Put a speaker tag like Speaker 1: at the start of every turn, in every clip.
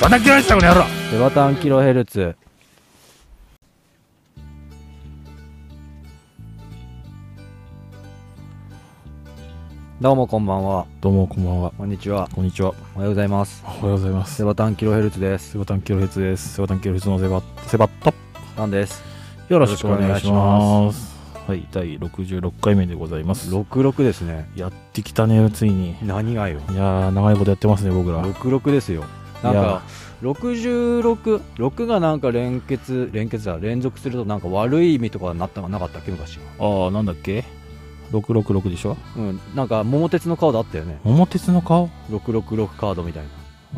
Speaker 1: また嫌いしたこの野郎
Speaker 2: セバタンキロヘルツどうもこんばんは
Speaker 1: どうもこんばんは
Speaker 2: こんにちは
Speaker 1: こんにちは
Speaker 2: おはようございます
Speaker 1: おはようございます
Speaker 2: セバタンキロヘルツです
Speaker 1: セバタンキロヘツですセバタンキロヘツのセバセバッタ
Speaker 2: なんです
Speaker 1: よ
Speaker 2: ろしくお願いします
Speaker 1: はい第66回目でございます
Speaker 2: 66ですね
Speaker 1: やってきたねついに
Speaker 2: 何がよ
Speaker 1: いやー長いことやってますね僕ら
Speaker 2: 66ですよなん
Speaker 1: い
Speaker 2: か
Speaker 1: や
Speaker 2: 666がなんか連結連結だ連続するとなんか悪い意味とかなったなかったっけ昔は
Speaker 1: ああなんだっけ666でしょ
Speaker 2: うんなんか桃鉄のカードあったよね
Speaker 1: 桃鉄の顔
Speaker 2: 666カードみたいな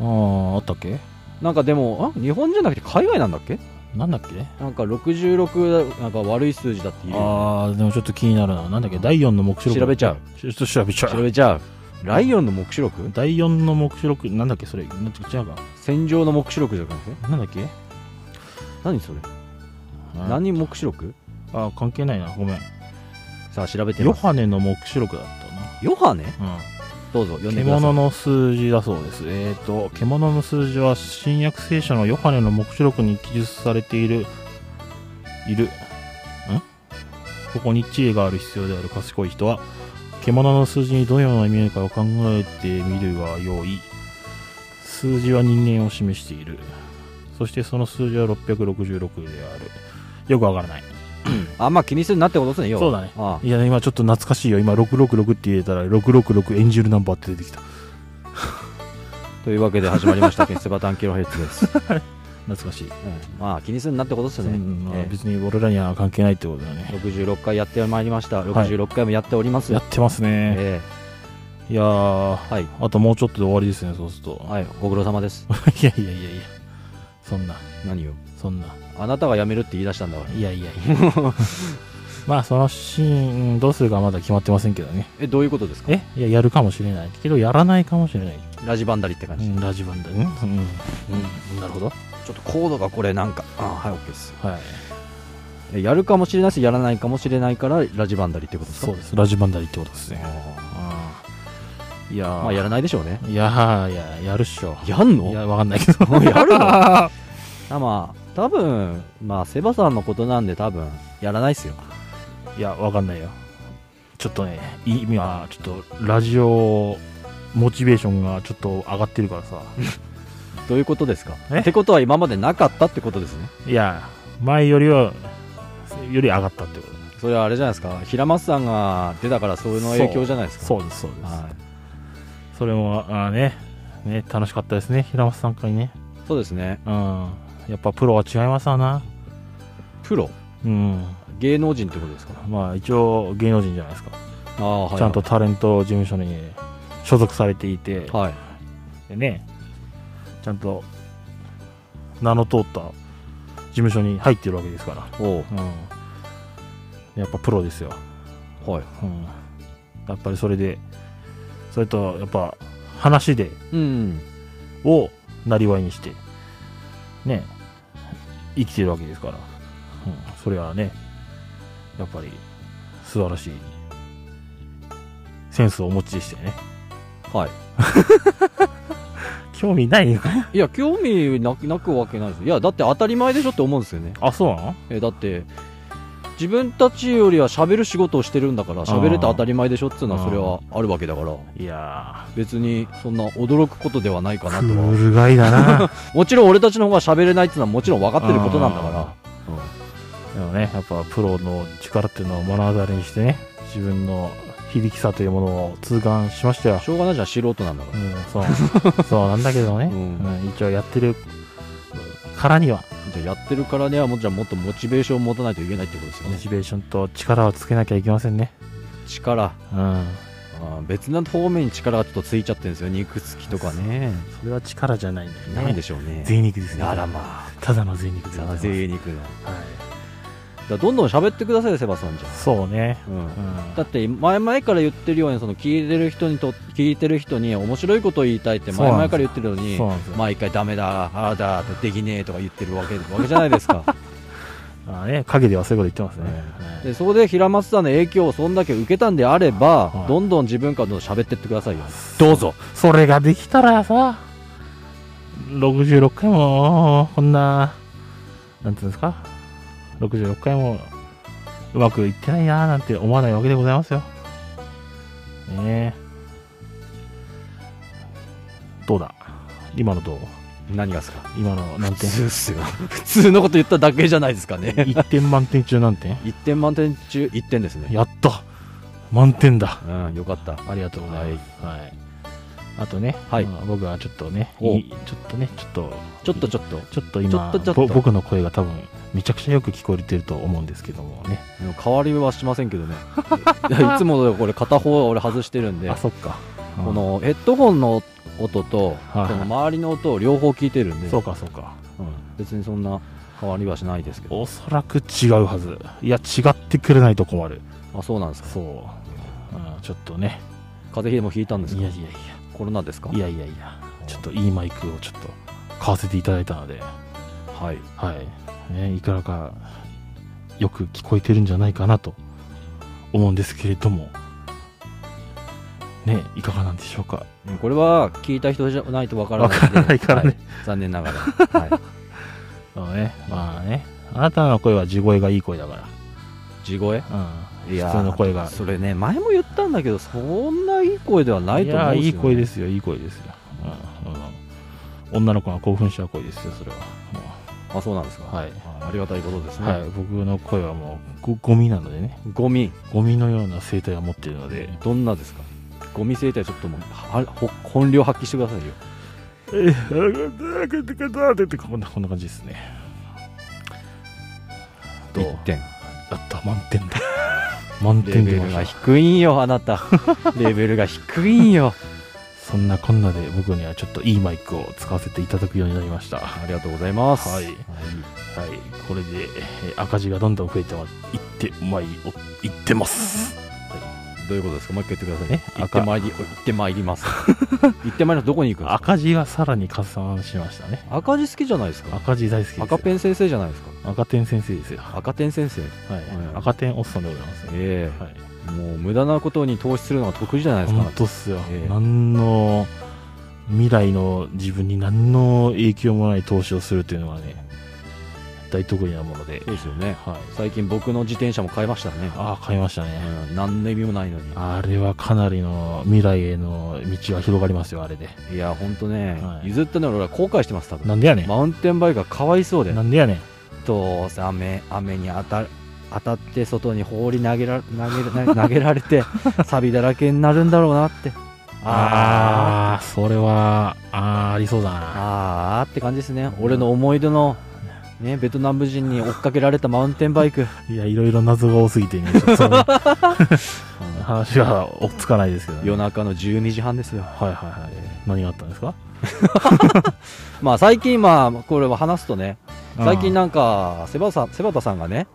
Speaker 1: あああったっけ
Speaker 2: なんかでもあ日本じゃなくて海外なんだっけ
Speaker 1: なんだっけ
Speaker 2: なんか66なんか悪い数字だっていう調
Speaker 1: ああでもちょっと気になるななんだっけ第4の目視録
Speaker 2: べちゃう
Speaker 1: ちょっと調べちゃう
Speaker 2: 調べちゃうライオンの目視録
Speaker 1: 第4の目視録なんだっけそれなんて違うか
Speaker 2: 戦場の目視録じゃなくて
Speaker 1: なんだっけ
Speaker 2: 何それ
Speaker 1: うん
Speaker 2: 何目視録
Speaker 1: あー関係ないなごめん
Speaker 2: さあ調べて
Speaker 1: ヨ
Speaker 2: ます
Speaker 1: ハネの目視録だった
Speaker 2: ヨハネ
Speaker 1: な、
Speaker 2: どうぞ読
Speaker 1: うんん、
Speaker 2: でくださ
Speaker 1: 獣
Speaker 2: い
Speaker 1: の数字だそうですえっ、と獣の数字は新約聖書のヨハネの目視録に記述されているいるんここに知恵がある必要である賢い人は獣の数字にどのような意味合いかを考えてみるが良い数字は人間を示しているそしてその数字は666であるよくわからない
Speaker 2: あんま気にするなってことですね要は
Speaker 1: そうだね
Speaker 2: あ
Speaker 1: いや、今ちょっと懐かしいよ。今、666って言えたら、666エンジェルナンバーって出てきた。
Speaker 2: あというわけで始まりました「セバタンキロヘッツ」で す、
Speaker 1: 懐かしい。
Speaker 2: うんまあ気にするなってことですよね、
Speaker 1: うんまあ
Speaker 2: ええ
Speaker 1: 別に俺らには関係ないってことだね。
Speaker 2: 66回やってまいりました
Speaker 1: はい
Speaker 2: 66回もやっております、
Speaker 1: やってますね。
Speaker 2: え
Speaker 1: いやー、
Speaker 2: えはい、
Speaker 1: あともうちょっとで終わりですね、そうすると。
Speaker 2: はい、ご苦労様です
Speaker 1: いやいやいやいや、そんな、
Speaker 2: 何を
Speaker 1: そんな、
Speaker 2: あなたが辞めるって言い出したんだから
Speaker 1: いやいやいや。 まあ、そのシーン、どうするかまだ決まってませんけどね。
Speaker 2: えどういうことですか
Speaker 1: えいや、やるかもしれない。けど、やらないかもしれない。
Speaker 2: ラジバンダリって感
Speaker 1: う
Speaker 2: じ、
Speaker 1: ん、ラジバンだね。うん。うん、なるほど。
Speaker 2: ちょっとコードがこれなんかあはい OK です
Speaker 1: はい。
Speaker 2: えやるかもしれないしやらないかもしれないからラジバンダリってことですか
Speaker 1: そうです。ラジバンダリってことですね。
Speaker 2: あ
Speaker 1: いや
Speaker 2: ー
Speaker 1: ー
Speaker 2: まあやらないでしょうね
Speaker 1: いやーいや、やるっしょ。
Speaker 2: やんの
Speaker 1: いや、わかんないけど。
Speaker 2: やるの あまあ多分まあセバさんのことなんで多分やらないっすよ
Speaker 1: いや、わかんないよ。ちょっとね、い今、ちょっと、ラジオ、モチベーションがちょっと上がってるからさ。
Speaker 2: どういうことですか
Speaker 1: え
Speaker 2: ってことは今までなかったってことですね
Speaker 1: いや、前よりは、より上がったってこと
Speaker 2: それはあれじゃないですか平松さんが出たからそういうの影響じゃないですか
Speaker 1: そうです、そうです。
Speaker 2: はい、
Speaker 1: それも、あーね、ね、楽しかったですね、平松さん会ね。
Speaker 2: そうですね
Speaker 1: うん。やっぱプロは違いますわな。
Speaker 2: プロ
Speaker 1: うん。
Speaker 2: 芸能人ってことですか
Speaker 1: まあ、一応、芸能人じゃないですか。
Speaker 2: ああはい
Speaker 1: ちゃんとタレント事務所に所属されていて。
Speaker 2: はい
Speaker 1: でねちゃんと名の通った事務所に入ってるわけですから、
Speaker 2: おう
Speaker 1: うん、やっぱプロですよ、
Speaker 2: はい
Speaker 1: うん、やっぱりそれでそれとやっぱ話で
Speaker 2: うん
Speaker 1: をなりわいにしてね生きてるわけですから、うん、それはねやっぱり素晴らしいセンスをお持ちでしたよね
Speaker 2: はい
Speaker 1: 興味ないよ
Speaker 2: いや興味なくなくわけないですいやだって当たり前でしょって思うんですよね
Speaker 1: あそうなの
Speaker 2: えだって自分たちよりは喋る仕事をしてるんだから喋れて当たり前でしょっつうのは
Speaker 1: あー
Speaker 2: それはあるわけだから
Speaker 1: いや
Speaker 2: 別にそんな驚くことではないかな
Speaker 1: ー
Speaker 2: と
Speaker 1: ク
Speaker 2: は
Speaker 1: ールガイだ な
Speaker 2: もちろん俺たちの方が喋れないっていうのはもちろん分かってることなんだから
Speaker 1: でもね、やっぱプロの力っていうのを目の当たりにしてね、自分の響きさというものを痛感しましたよ
Speaker 2: し。ょうがないじゃん素人なんだか
Speaker 1: う
Speaker 2: ら
Speaker 1: ん、 そう。そうなんだけどね、
Speaker 2: うん
Speaker 1: うん一応やってるからには、
Speaker 2: じゃあやってるからにはもうじゃあもっとモチベーションを持たないといけないってことですよ
Speaker 1: モ
Speaker 2: ね
Speaker 1: チベーションと力をつけなきゃいけませんね。
Speaker 2: 力
Speaker 1: うん。
Speaker 2: あー別な方面に力がちょっとついちゃってるんですよ肉付きとかね
Speaker 1: それは力じゃないんだよね。
Speaker 2: ないでしょうね
Speaker 1: 贅肉ですね。
Speaker 2: あらまあ
Speaker 1: ただの贅肉でございます。
Speaker 2: 贅肉の
Speaker 1: はい。
Speaker 2: だからどんどん喋ってくださいよセバさんじゃ
Speaker 1: そうね。
Speaker 2: あうん
Speaker 1: うん。
Speaker 2: だって前々から言ってるようにその聞いてる人にと聞いてる人に面白いことを言いたいって
Speaker 1: そう
Speaker 2: 前
Speaker 1: なんです
Speaker 2: 々から言ってるのに
Speaker 1: そうなんですよ。
Speaker 2: 毎回ダメだああだできねえとか言ってるわけわけじゃないですか
Speaker 1: あね、影ではそういうこと言ってますね。はい
Speaker 2: でそこで平松さんの影響をそんだけ受けたんであれば、
Speaker 1: はい
Speaker 2: どんどん自分からどんどん喋ってってくださいよどうぞ
Speaker 1: それができたらさ、 66回も、こんな、なんていうんですか、66回も、うまくいってないなーなんて思わないわけでございますよ。ねえ。どうだ今のどう
Speaker 2: 何がですか
Speaker 1: 今の何
Speaker 2: 普
Speaker 1: 点
Speaker 2: 通っすよ 普通のこと言っただけじゃないですかね
Speaker 1: ?1 点満点中何点
Speaker 2: 1点満点中1点ですね
Speaker 1: やった満点だ
Speaker 2: うんよかった
Speaker 1: ありがとうございます。はい。あとね、
Speaker 2: はい
Speaker 1: まあ僕はちょっとね、
Speaker 2: お
Speaker 1: いいちょっとね、ちょっと、
Speaker 2: ちょっとちょっと
Speaker 1: ちょっと今
Speaker 2: ちょっとちょっと
Speaker 1: ぼ僕の声が多分、めちゃくちゃよく聞こえてると思うんですけどもね。
Speaker 2: でも変わりはしませんけどね いやいつもこれ片方は俺外してるんで
Speaker 1: あ、そっか。うん
Speaker 2: こ、のヘッドホンの音と、
Speaker 1: はい
Speaker 2: この周りの音を両方聞いてるんで、
Speaker 1: そうかそうか。
Speaker 2: うん別にそんな変わりはしないですけど、
Speaker 1: おそらく違うはず。いや、違ってくれないと困る。
Speaker 2: あそうなんですか、
Speaker 1: そう。うん、ちょっとね。
Speaker 2: 風邪でもひいたんです
Speaker 1: い
Speaker 2: か
Speaker 1: やいやいや。
Speaker 2: コロナですか
Speaker 1: いやいやいや。ちょっといいマイクをちょっと買わせていただいたので、
Speaker 2: はい、
Speaker 1: はい。ね、いくらかよく聞こえてるんじゃないかなと思うんですけれども、ね、いかがなんでしょうか。
Speaker 2: これは聞いた人じゃないとわからない
Speaker 1: わからないからね
Speaker 2: はい残念ながら、はい、
Speaker 1: そうね。まあね。あなたの声は地声がいい声だか
Speaker 2: 地声
Speaker 1: ら。うん。
Speaker 2: いやー
Speaker 1: 普通の声が。
Speaker 2: それね前も言ったんだけどそんないい声ではないと思うん
Speaker 1: いや、い
Speaker 2: ですよ、ね、
Speaker 1: い声ですすよ、いい声ですよ。うん。うん女の子が興奮した声ですよ、それは。も
Speaker 2: あそうなんですか、
Speaker 1: はい
Speaker 2: あありがたいことです
Speaker 1: う
Speaker 2: ね、
Speaker 1: はい。僕の声はもうご、ゴミなのでね。
Speaker 2: ゴミ
Speaker 1: ゴミのような声帯を持っているので。
Speaker 2: どんなですかゴミ生態ちょっともうはほ本領発揮してくださいよ
Speaker 1: えー、ってこんなこんな感じですね。どう
Speaker 2: 1点
Speaker 1: やった、満点だ。満
Speaker 2: レ
Speaker 1: 点
Speaker 2: ベ
Speaker 1: 出ま
Speaker 2: ルが
Speaker 1: した。
Speaker 2: 低いんよあ なたレベルが低いんよ
Speaker 1: そんなこんなで僕にはちょっといいマイクを使わせていただくようになりました。は
Speaker 2: ありがとうございます
Speaker 1: はいい。これで、えー赤字がどんどん増えてまいって、まい、おいってます。
Speaker 2: どういうことですかもう一回言ってください
Speaker 1: え
Speaker 2: ね行ってまいり行ってまいります 行ってまいりますどこに行くんですか
Speaker 1: 赤字がさらに加算しましたね。
Speaker 2: 赤字好きじゃないですか
Speaker 1: 赤字大好きですよ。
Speaker 2: 赤ペン先生じゃないですか
Speaker 1: 赤点先生ですよ。は
Speaker 2: 赤点先生
Speaker 1: い。
Speaker 2: うん
Speaker 1: 赤点おっさんでございますね。
Speaker 2: ええ
Speaker 1: はい。
Speaker 2: もう無駄なことに投資するのが得意じゃないですか
Speaker 1: 本当っすよ、
Speaker 2: ええ
Speaker 1: 何の未来の自分に何の影響もない投資をするというのはね大得意なもので、
Speaker 2: そうですよね
Speaker 1: はい、
Speaker 2: 最近僕の自転車も買いましたね
Speaker 1: ああ買いましたね、
Speaker 2: うん何の意味もないのに
Speaker 1: あれはかなりの未来への道が広がりますよあれで
Speaker 2: いや本当ね、
Speaker 1: はい
Speaker 2: 譲ったの俺は後悔してます多分
Speaker 1: なんでやねん、
Speaker 2: マウンテンバイクがかわいそうで
Speaker 1: なんでやねん
Speaker 2: どうせ雨雨に当た当たって外に放り投げら投げら 投げられて錆だらけになるんだろうなってあ
Speaker 1: ああーそれはあーありそうだ
Speaker 2: ー
Speaker 1: な
Speaker 2: あーって感じですね俺の思い出の、ね、ベトナム人に追っかけられたマウンテンバイク
Speaker 1: いやいろいろ謎が多すぎてねちょっとそ の話は追っつかないですけど、ね、
Speaker 2: 夜中の12時半ですよ
Speaker 1: はいはいはい何があったんですか
Speaker 2: まあ最近まあこれは話すとね最近
Speaker 1: な
Speaker 2: なんかセバさんセバタさんがね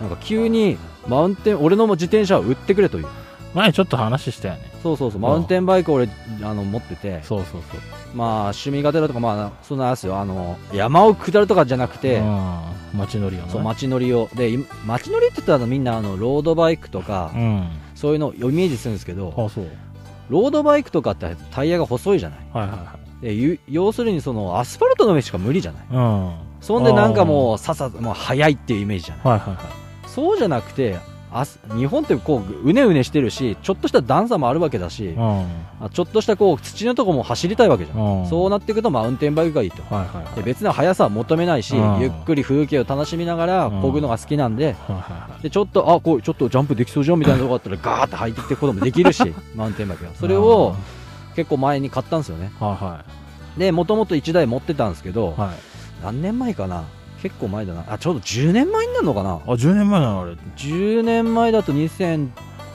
Speaker 2: なんか急にマウンテン俺の自転車を売ってくれという
Speaker 1: 前ちょっと話したよね
Speaker 2: そうそうそううんマウンテンバイク俺あの持ってて
Speaker 1: そうそうそう
Speaker 2: まあ趣味がてらとかまあそんなあれですよあの山を下るとかじゃなくて、
Speaker 1: うん、街乗りをね
Speaker 2: そう街乗りをでい街乗りって言ったらあのみんなあのロードバイクとか、
Speaker 1: うん
Speaker 2: そういうのをイメージするんですけど
Speaker 1: あそう
Speaker 2: ロードバイクとかってタイヤが細いじゃない
Speaker 1: はいは
Speaker 2: でゆ要するにそのアスファルトの上しか無理じゃない
Speaker 1: いはいうん
Speaker 2: そんでなんかも
Speaker 1: う
Speaker 2: うさっさもう速いっていうイメージじゃない
Speaker 1: はいはいは
Speaker 2: そうじゃなくてあす日本ってこううねうねしてるしちょっとした段差もあるわけだし
Speaker 1: いうん
Speaker 2: あちょっとしたこう土のとこも走りたいわけじゃん
Speaker 1: うん
Speaker 2: そうなっていくとマウンテンバイクがいいと
Speaker 1: はいはいはい
Speaker 2: で別な速さは求めないし、
Speaker 1: うん
Speaker 2: ゆっくり風景を楽しみながら
Speaker 1: うん
Speaker 2: こぐのが好きなんで、
Speaker 1: はいはいはい
Speaker 2: でちょっとあこうちょっとジャンプできそうじゃんみたいなとこあったらガーって入っていってこともでき るしマウンテンバイクがそれを結構前に買ったんですよね
Speaker 1: うんは
Speaker 2: でもともと1台持ってたんですけど、
Speaker 1: いはいはい
Speaker 2: 何年前かな結構前だなあちょうど10年前になるのかな
Speaker 1: あ10年前なのあれ
Speaker 2: 10年前だと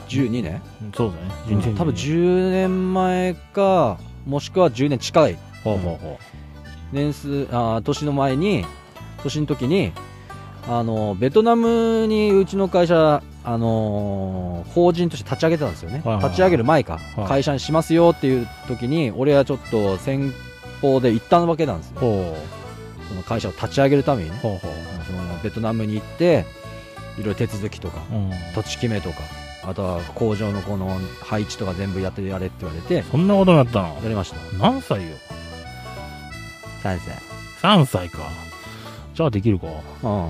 Speaker 2: 2012年、
Speaker 1: そうだね
Speaker 2: うん多分10年前かもしくは10年近い
Speaker 1: ほうほうほ
Speaker 2: 年数あー年の前に年の時にあのベトナムにうちの会社あのー法人として立ち上げてたんですよね、
Speaker 1: はいはいはい
Speaker 2: 立ち上げる前か、
Speaker 1: はい
Speaker 2: 会社にしますよっていう時に俺はちょっと先方で行ったわけなんです
Speaker 1: う
Speaker 2: よ
Speaker 1: ほ
Speaker 2: その会社を立ち上げるためにね
Speaker 1: うほうほ
Speaker 2: そのベトナムに行っていろいろ手続きとか
Speaker 1: ううん
Speaker 2: 土地決めとかあとは工場のこの配置とか全部やってやれって言われて
Speaker 1: そんなことになったの
Speaker 2: やりました
Speaker 1: 何歳よ
Speaker 2: 3歳。
Speaker 1: 3歳か。じゃあできるか。
Speaker 2: うん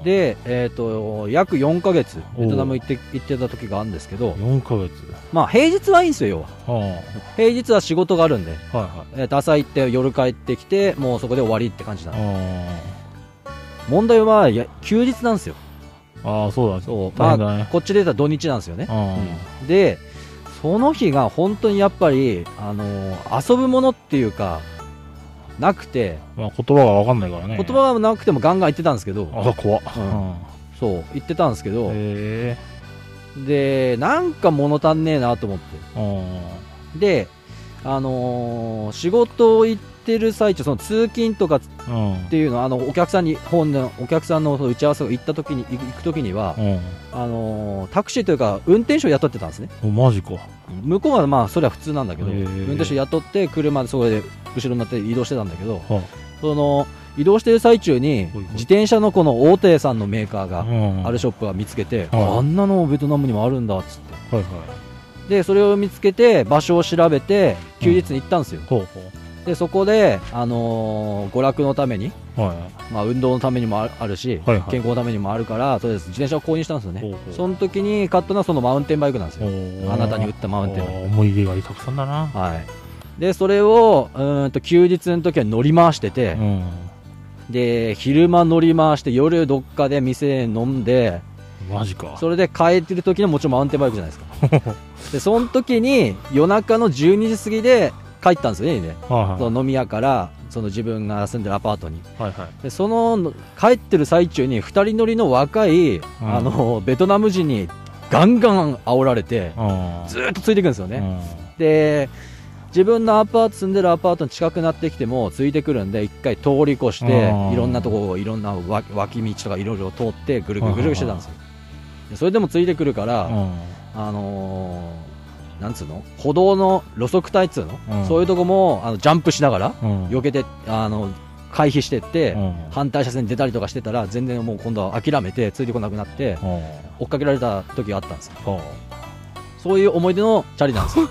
Speaker 1: う。ん、
Speaker 2: で、えっ、と、約4ヶ月、
Speaker 1: おう
Speaker 2: ベトナム行って、行ってた時があるんですけど、
Speaker 1: 4ヶ月。
Speaker 2: まあ平日はいいんですよ、要は。
Speaker 1: ああ、はい
Speaker 2: 平日は仕事があるんで、
Speaker 1: はい。
Speaker 2: えーと朝行って夜帰ってきて、もうそこで終わりって感じなの。
Speaker 1: あ
Speaker 2: 問題は、いや休日なんですよ。
Speaker 1: あ、ああそうだ。
Speaker 2: そう。
Speaker 1: 大変
Speaker 2: ま
Speaker 1: だ
Speaker 2: あ
Speaker 1: ね、。
Speaker 2: こっちで言ったら土日なんですよね。
Speaker 1: あ
Speaker 2: うんで、その日が本当にやっぱり、あのー遊ぶものっていうか、なくて、
Speaker 1: あ、まあ言葉がわかんないからね。
Speaker 2: 言葉はなくてもガンガン言ってたんですけど、
Speaker 1: ああ、怖っ。
Speaker 2: う
Speaker 1: うんん。
Speaker 2: そう、言ってたんですけど、
Speaker 1: へえ。
Speaker 2: で、なんか物足んねえなと思って。
Speaker 1: あ
Speaker 2: で、あのー仕事を行ってる最中、その通勤とかっ
Speaker 1: あ、うん。
Speaker 2: ていうのは、あの、お客さんに、本の、お客さんのその打ち合わせを行った時に、行く時には
Speaker 1: う、ん
Speaker 2: あのータクシーというか、運転手を雇ってたんですね。
Speaker 1: お。マジか。
Speaker 2: 向こうはまあ、それは普通なんだけど、
Speaker 1: へー
Speaker 2: 運転手雇って、車でそこで後ろになって移動してたんだけど、
Speaker 1: は
Speaker 2: その、移動してる最中に
Speaker 1: ほいほい、
Speaker 2: 自転車のこの大手さんのメーカー
Speaker 1: あ
Speaker 2: が、
Speaker 1: うん
Speaker 2: ある
Speaker 1: し。
Speaker 2: ショップが見つけて、
Speaker 1: はい
Speaker 2: あんなのベトナムにもあるんだっつって
Speaker 1: はいはい。
Speaker 2: でそれを見つけて場所を調べて休日に行ったんですよ、
Speaker 1: ほうほう
Speaker 2: でそこで、あのー娯楽のために、。
Speaker 1: はい
Speaker 2: まあ、運動のためにもああるし、
Speaker 1: はいはい
Speaker 2: 健康のためにもあるからとりあえず自転車を購入したんですよね
Speaker 1: ほうほう
Speaker 2: その時に買ったのはそのマウンテンバイクなんですよ
Speaker 1: おー。
Speaker 2: あなたに売ったマウンテンバイ
Speaker 1: おー思い出がたくさんだな。
Speaker 2: ク、はい、でそれをうーんと休日の時は乗り回してて、
Speaker 1: うん。
Speaker 2: で昼間乗り回して夜どっかで店で飲んで
Speaker 1: マジか。
Speaker 2: それで帰ってる時のもちろんマウンテンバイクじゃないですかでその時に夜中の12時過ぎで帰ったんですよねね
Speaker 1: はい
Speaker 2: そ
Speaker 1: は
Speaker 2: の飲み屋からその自分が住んでるアパートに
Speaker 1: い。はいはい。
Speaker 2: でその帰ってる最中に2人乗りの若い、あのベトナム人にガンガン煽られて
Speaker 1: あ
Speaker 2: ずーっとついていくんですよ
Speaker 1: あ。
Speaker 2: ね、で自分のアパート住んでるアパートに近くなってきてもついてくるんで一回通り越して
Speaker 1: うん
Speaker 2: いろんなとこをいろんなわ脇道とかいろいろ通ってぐるぐるぐるぐるしてたんですよでそれでもついてくるから、
Speaker 1: うん。うん。
Speaker 2: あのーなんつうの歩道の路側帯っつうの、
Speaker 1: うん
Speaker 2: そういうとこもあのジャンプしながら
Speaker 1: うん。
Speaker 2: 避けてあの回避してって、
Speaker 1: うん
Speaker 2: 反対車線に出たりとかしてたら全然もう今度は諦めてついてこなくなって
Speaker 1: うん。
Speaker 2: 追っかけられた時があったんですよ
Speaker 1: ほ
Speaker 2: そういう思い出のチャリなんですよ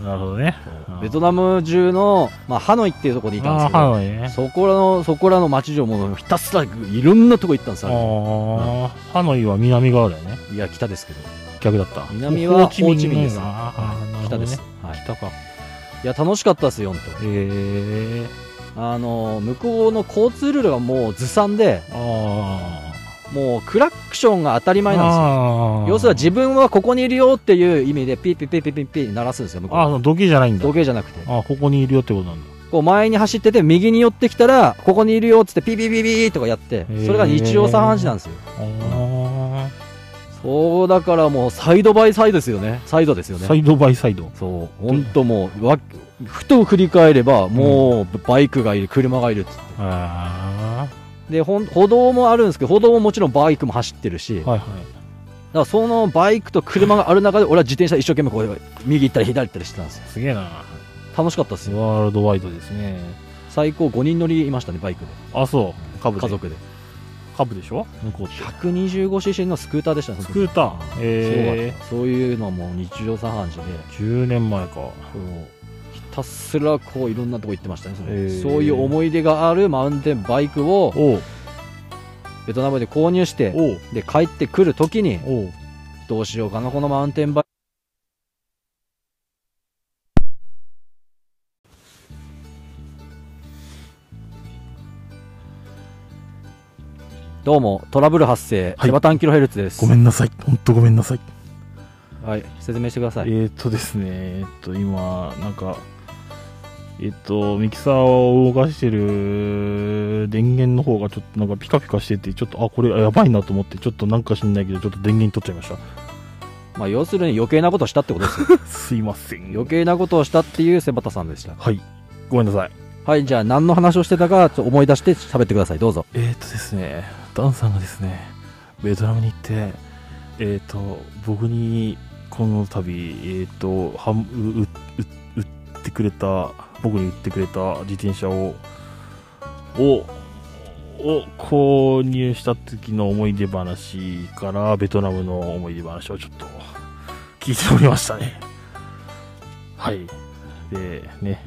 Speaker 1: うなるほどね。うん
Speaker 2: ベトナム中の、まあ、ハノイっていうところにいたんです
Speaker 1: あ
Speaker 2: け
Speaker 1: あ、
Speaker 2: ど
Speaker 1: はいね。
Speaker 2: そこらのそこらの街上もひたすらいろんなとこ行ったんですよあれ
Speaker 1: ああ、ハノイは南側だよね。
Speaker 2: いや北ですけど
Speaker 1: 逆だった。
Speaker 2: 南はホーチミンで
Speaker 1: ホーチ
Speaker 2: す
Speaker 1: ミンなんだああ、なるほ
Speaker 2: 北
Speaker 1: ど
Speaker 2: で
Speaker 1: ね
Speaker 2: す、はい、
Speaker 1: 北か。
Speaker 2: いや楽しかったですよ本
Speaker 1: へえ。
Speaker 2: 当あの向こうの交通ルールがもうずさんで
Speaker 1: あ
Speaker 2: もうクラクションが当たり
Speaker 1: あ。
Speaker 2: 前なんですよ
Speaker 1: ああ
Speaker 2: 要するに自分はここにいるよっていう意味でピーピーピーピーピーピー鳴らすんですよ向こう
Speaker 1: ああ、土器じゃないんだ。
Speaker 2: 時計じゃなくて
Speaker 1: ああ、ここにいるよってことなんだ。
Speaker 2: こう前に走ってて右に寄ってきたらここにいるよっつってピーピーピーピーとかやって
Speaker 1: ー
Speaker 2: それが日常茶飯事なんですよ
Speaker 1: あ
Speaker 2: そうだからもうサイドバイサイドですよねサイドですよ
Speaker 1: あ。
Speaker 2: ね
Speaker 1: サイドバイサイド。
Speaker 2: そう本当もうわふと振り返ればもうバイクがいる車がいるっつって
Speaker 1: あ
Speaker 2: でほん歩道もあるんですけど歩道ももちろんバイクも走ってるしだ
Speaker 1: あ。
Speaker 2: か
Speaker 1: はいはい。
Speaker 2: らそのバイクと車がある中で俺は自転車一生懸命こう右行ったり左行ったりしてたんですよ
Speaker 1: すげえな。
Speaker 2: 楽しかったですよ
Speaker 1: ワールドワイドですね。
Speaker 2: 最高5人乗りいましたねバイクで
Speaker 1: あ、そう。株で。
Speaker 2: 家。族で
Speaker 1: 株でしょ向こうって。
Speaker 2: 125cc のスクーターでしたね
Speaker 1: スクーター。
Speaker 2: そう
Speaker 1: え
Speaker 2: そういうのはもう日常茶飯事で
Speaker 1: え。10年前か。
Speaker 2: こうひたすらこういろんなとこ行ってましたねその
Speaker 1: へー
Speaker 2: そういう思い出があるマウンテンバイクを
Speaker 1: おう。
Speaker 2: ベトナムで購入して
Speaker 1: おう。
Speaker 2: で帰ってくるときに
Speaker 1: おう。
Speaker 2: どうしようかなこのマウンテンバイクどうもトラブル発生、
Speaker 1: はい
Speaker 2: セバタンキロヘルツです
Speaker 1: ごめんなさい。ほんとごめんなさい。
Speaker 2: はい、説明してください
Speaker 1: えーっとですね、えーっと、今、なんか、えーっと、ミキサーを動かしてる電源の方がちょっとなんかピカピカしてて、ちょっと、あ、これやばいなと思って、ちょっとなんか知んないけど、ちょっと電源取っちゃいまし
Speaker 2: まあ、要するに余計なことしたってことですよ
Speaker 1: た。 すいません。
Speaker 2: 余計なことをしたっていうセバタさんでした
Speaker 1: はい。ごめんなさい。
Speaker 2: はいじゃあ何の話をしてたかちょっと思い出して喋ってくださいどうぞ
Speaker 1: えーっとですね、ダンさんがですね、ベトナムに行って、えーっと、僕にこの度、えーっと、はんううう売ってくれた、僕に売ってくれた自転車を、を、を購入した時の思い出話から、ベトナムの思い出話をちょっと聞いておりましたね。はい。で、ね。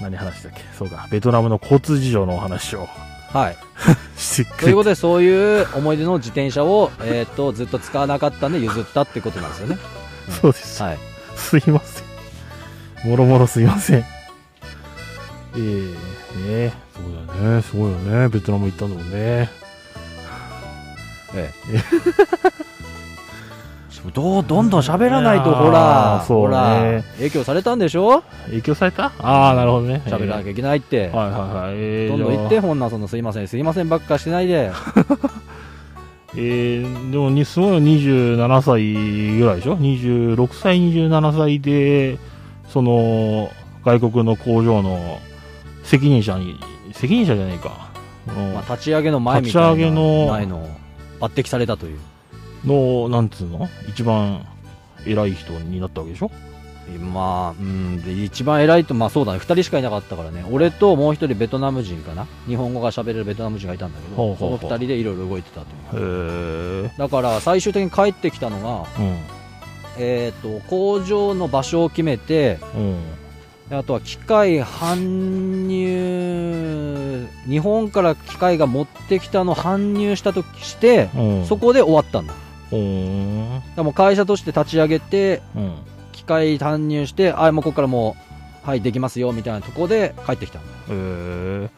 Speaker 1: 何話だっけそうか、ベトナムの交通事情のお話を
Speaker 2: はい。
Speaker 1: してく
Speaker 2: とい
Speaker 1: れ
Speaker 2: う
Speaker 1: て
Speaker 2: ことで、そういう思い出の自転車を、えーっと、ずっと使わなかったんで譲ったってことなんです よね。で
Speaker 1: そうです。
Speaker 2: はい。
Speaker 1: すいません。もろもろすいません。ええねえそうだよね。すごいよね。ベトナム行ったんだもんね。
Speaker 2: ええ。 どう、どんどん喋らない
Speaker 1: い
Speaker 2: と、
Speaker 1: やー
Speaker 2: ほら、
Speaker 1: そうね
Speaker 2: ほら、影響されたんでしょ
Speaker 1: 影響されたああ、なるほどね。
Speaker 2: 喋らなきゃ
Speaker 1: ゃ。
Speaker 2: いけないって。
Speaker 1: はいはいはい。えー
Speaker 2: どんどん言って、
Speaker 1: じゃあ
Speaker 2: ほんなそのすいません、すいませんばっかしてないで。
Speaker 1: えー、でもに、すごいの27歳ぐらいでしょ ?26 歳、27歳で、その、外国の工場の責任者に、責任者じゃないか。うん
Speaker 2: まあ、立ち上げの前みたいな
Speaker 1: 立ち上げの
Speaker 2: 前の抜擢されたという
Speaker 1: の、なんつうの一番偉い人になったわけでしょ
Speaker 2: まあうんで一番偉いとまあそうだね2人しかいなかったからね俺ともう一人ベトナム人かな日本語が喋れるベトナム人がいたんだけど
Speaker 1: ほうほうほう
Speaker 2: その2人でいろいろ動いてたという
Speaker 1: へえ。
Speaker 2: だから最終的に帰ってきたのが、
Speaker 1: う
Speaker 2: えー、と工場の場所を決めて
Speaker 1: ん。うん。
Speaker 2: であとは機械搬入日本から機械が持ってきたの搬入したとして
Speaker 1: うん。
Speaker 2: そこで終わったんだだか
Speaker 1: うん。うん。
Speaker 2: らもう会社として立ち上げて機械搬入して、あ、もうここからもう、はい、できますよ、みたいなとこで帰ってきたの。
Speaker 1: えー、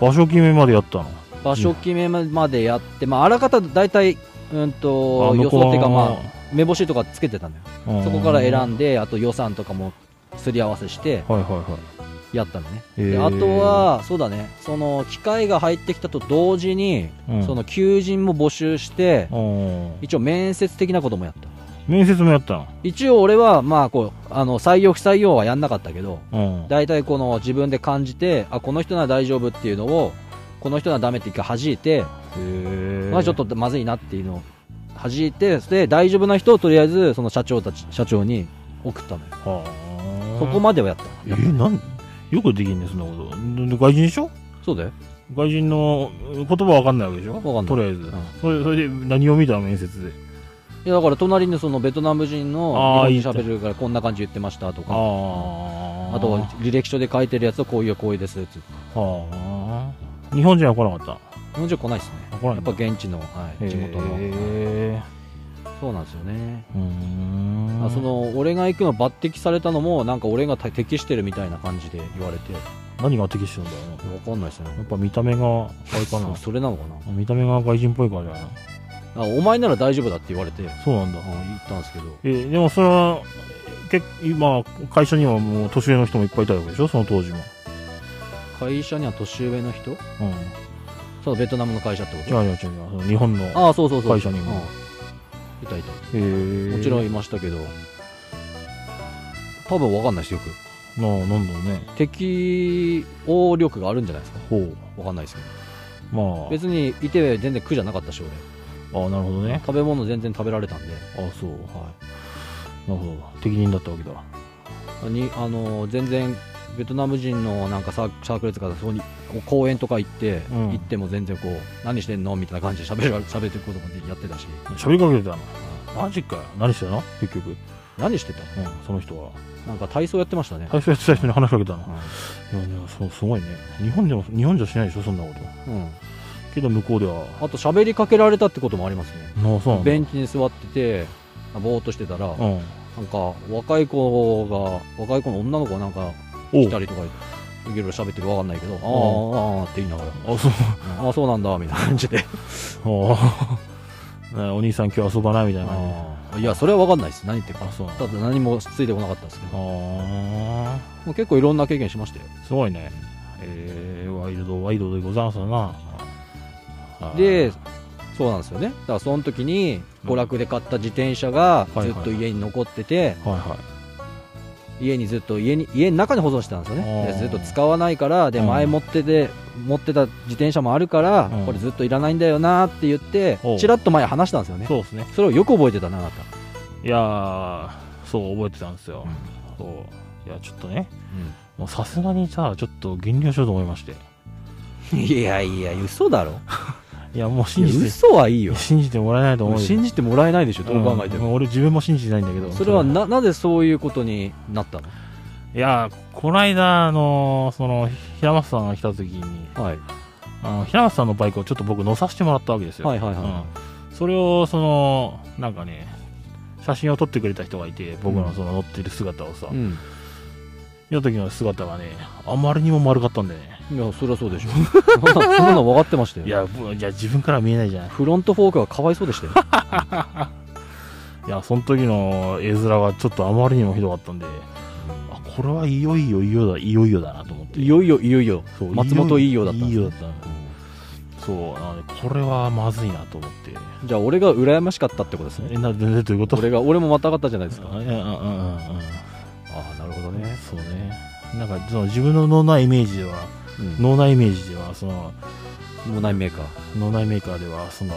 Speaker 1: 場所決めまでやったの
Speaker 2: 場所決めまでやって、まあ、あらかた大体、うんと、予
Speaker 1: 向こ
Speaker 2: 想っていうか、まあ、目星とかつけてたのよ。
Speaker 1: うん
Speaker 2: そこから選
Speaker 1: はい
Speaker 2: んで、あと予算とかもすり合わせして、
Speaker 1: はいはい。
Speaker 2: やったのね。
Speaker 1: え
Speaker 2: で、あと、は、そうだね、その、機械が入ってきたと同時に、
Speaker 1: うん
Speaker 2: その、求人も募集して、
Speaker 1: うん
Speaker 2: 一応面接的なこともやった。
Speaker 1: 面接もやったの
Speaker 2: 一応俺は、まあ、こう、あの、採用不採用はやんなかったけど、
Speaker 1: うん。
Speaker 2: 大体この自分で感じてあこの人なら大丈夫っていうのをこの人ならダメって一回弾いて、
Speaker 1: え
Speaker 2: まあ、ちょっとまずいなっていうのを弾いてそれで大丈夫な人をとりあえずその社長たち社長に送ったのよ
Speaker 1: はあ
Speaker 2: そこまではやった
Speaker 1: えー、なんよくできんねそんなことで外人でしょ
Speaker 2: そうだよ
Speaker 1: 外人の言葉わかんないわけでしょ
Speaker 2: かんない
Speaker 1: とりあえず、
Speaker 2: ん
Speaker 1: それそれで何を見たの面接で
Speaker 2: いやだから隣にそのベトナム人
Speaker 1: あ
Speaker 2: の
Speaker 1: ー
Speaker 2: 日本人喋るからこんな感じ言ってましたとか
Speaker 1: あ
Speaker 2: あとは履歴書で書いてるやつはこういうこういうですっつって
Speaker 1: はあ日本人は来なかっ
Speaker 2: 日本人来ないですね
Speaker 1: た来
Speaker 2: や
Speaker 1: ない
Speaker 2: っぱ現地の、はい、
Speaker 1: へ
Speaker 2: 地元の
Speaker 1: え
Speaker 2: そうなんですよね
Speaker 1: うーん
Speaker 2: あその俺が行くの抜擢されたのもなんか俺が適してるみたいな感じで言われて
Speaker 1: 何が適してるんだろうね
Speaker 2: わかんないですね
Speaker 1: やっぱ見た目があれか
Speaker 2: そ
Speaker 1: な
Speaker 2: それなのか
Speaker 1: 見た目が外人っぽいからじゃないの
Speaker 2: なあお前なら大丈夫だって言われて、うん
Speaker 1: そうなんだ
Speaker 2: 言ったんですけど
Speaker 1: えーでもそれは結今会社にはもう年上の人もいっぱいいたわけでしょその当時も
Speaker 2: 会社には年上の人
Speaker 1: うん
Speaker 2: そうベトナムの会社ってこ
Speaker 1: 違う
Speaker 2: と
Speaker 1: 違う違う違うその日本の
Speaker 2: ああそうそうそう
Speaker 1: 会社にも
Speaker 2: うんいたいた
Speaker 1: えー
Speaker 2: もちろんいましたけど多分わかんないですよく
Speaker 1: なあなんだろうね
Speaker 2: 適応力があるんじゃないですか
Speaker 1: ほう
Speaker 2: わかんないですけど
Speaker 1: ま
Speaker 2: 別にいて全然苦じゃなかったし俺
Speaker 1: ああなるほどね
Speaker 2: 食べ物全然食べられたんで、
Speaker 1: ああそう
Speaker 2: は
Speaker 1: なるほど適任だったわけだ
Speaker 2: い、にあの全然ベトナム人のなんかサーサークルとかそこに公園とか行って、
Speaker 1: うん
Speaker 2: 行っても全然こう何してんのみたいな感じで喋る喋ってることもやってたし
Speaker 1: 喋りかけてたのマジかよ何してたの結局、うん、
Speaker 2: 何してた
Speaker 1: その人は
Speaker 2: なんか体操やってましたね、
Speaker 1: 最初やってた人に話しかけたの
Speaker 2: うん
Speaker 1: いやねそうすごいね日本でも日本じゃしないでしょそんなこと
Speaker 2: うん
Speaker 1: けど向こうでは
Speaker 2: あと喋りかけられたってこともありますね
Speaker 1: なあそうなんだ
Speaker 2: ベンチに座っててあぼーっとしてたら、
Speaker 1: う
Speaker 2: なん
Speaker 1: ん
Speaker 2: か若い子が若い子の女の子がなんか
Speaker 1: お
Speaker 2: 来た
Speaker 1: う
Speaker 2: りとかいろいろ喋ってるわかんないけど、あーあーあーって言いながら、
Speaker 1: あそう
Speaker 2: ああそうなんだみたいな感じで
Speaker 1: ああ ねお兄さん今日遊ばないみたいな感
Speaker 2: あーいやそれは分かんないです何言ってるか
Speaker 1: あそうなん
Speaker 2: ただ何もついてこなかったんですけ
Speaker 1: じ
Speaker 2: ど
Speaker 1: ああ
Speaker 2: もう結構いろんな経験しましたよ
Speaker 1: すごいねえー、ワイルドワイルドでござんすなあー
Speaker 2: でそうなんですよねだからその時に
Speaker 1: うん
Speaker 2: 娯楽で買った自転車が
Speaker 1: いはい
Speaker 2: ずっと家に残ってて、
Speaker 1: はいはい
Speaker 2: 家にずっと家に家の中に保存してたんですよね
Speaker 1: あー
Speaker 2: でずっと使わないからで
Speaker 1: うん
Speaker 2: 前持ってて、持ってた自転車もあるから、
Speaker 1: うん
Speaker 2: これずっといらないんだよなって言って
Speaker 1: おう
Speaker 2: ちらっと前話したんですよね
Speaker 1: そうですね
Speaker 2: それをよく覚えてたなあなた、
Speaker 1: いやーそう覚えてたんですよ、そういやちょっとねもうさすがにさちょっと減量しようと思いまして
Speaker 2: いやいや嘘だろ
Speaker 1: いやもう信じて
Speaker 2: 嘘はいいよ
Speaker 1: 信じてもらえないと思うよ
Speaker 2: 信じてもらえないでしょどう考えても
Speaker 1: うん俺自分も信じてないんだけど
Speaker 2: それはななぜそういうことになったの
Speaker 1: いや、こないだ、あの、その、平松さんが来た時に、
Speaker 2: はい。
Speaker 1: あの平松さんのバイクをちょっと僕乗させてもらったわけですよ。
Speaker 2: はいはいは
Speaker 1: うん、それを、その、なんかね、写真を撮ってくれた人がいて、僕のその乗ってる姿をさ、
Speaker 2: い。うん。
Speaker 1: 見た時の姿がね、あまりにも丸かったんでね。
Speaker 2: いや、そりゃそうでし ょ。そんなそんなの分かってましたよ。
Speaker 1: いや、ぶいや自分から見えないじゃん。
Speaker 2: フロントフォークが かわいそうでしたよ。
Speaker 1: いや、その時の絵面がちょっとあまりにもひどかったんで、あ、これはいよいよいよだ、いよいよだなと思って。
Speaker 2: いよいよ、いよいよ。
Speaker 1: そう
Speaker 2: 松本いいようだったんです
Speaker 1: い
Speaker 2: ね
Speaker 1: よだったのそう、なので、これはまずいなと思って。
Speaker 2: じゃあ、俺が羨ましかったってことですね。
Speaker 1: え、な、全然どういうこと
Speaker 2: 俺が、俺もまたがったじゃないですか。
Speaker 1: うんうんうんうんうん。
Speaker 2: ああ、なるほどね。
Speaker 1: そうね。なんか、その自分の脳内イメージでは、
Speaker 2: うん。
Speaker 1: 脳内イメージでは、その、
Speaker 2: 脳内メーカー。
Speaker 1: 脳内メーカーでは、その、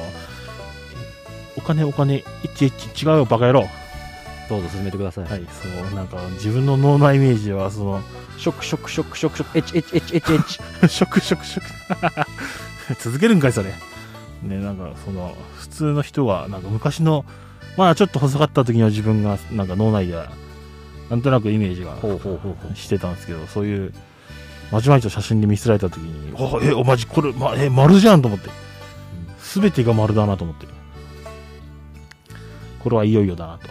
Speaker 1: お金お金、いちいち違うよ、バカ野郎。
Speaker 2: どうぞ進めてください。
Speaker 1: はい、そう、なんか、自分の脳内イメージでは、その、
Speaker 2: ショックショックショックショックショック、エッチエッチエッチエッチエッチ。
Speaker 1: ショックショックショック 続けるんかいそれねなんかその普通の人がなんか昔のまあちょっと細かった時の自分がなんか脳内ではなんとなくイメージが
Speaker 2: ほうほうほうほう
Speaker 1: してたんですけどそういうまじまじと写真で見せられた時に「あえおまじこれ、ま、え丸じゃん」と思って全てが丸だなと思ってこれはいよいよだなと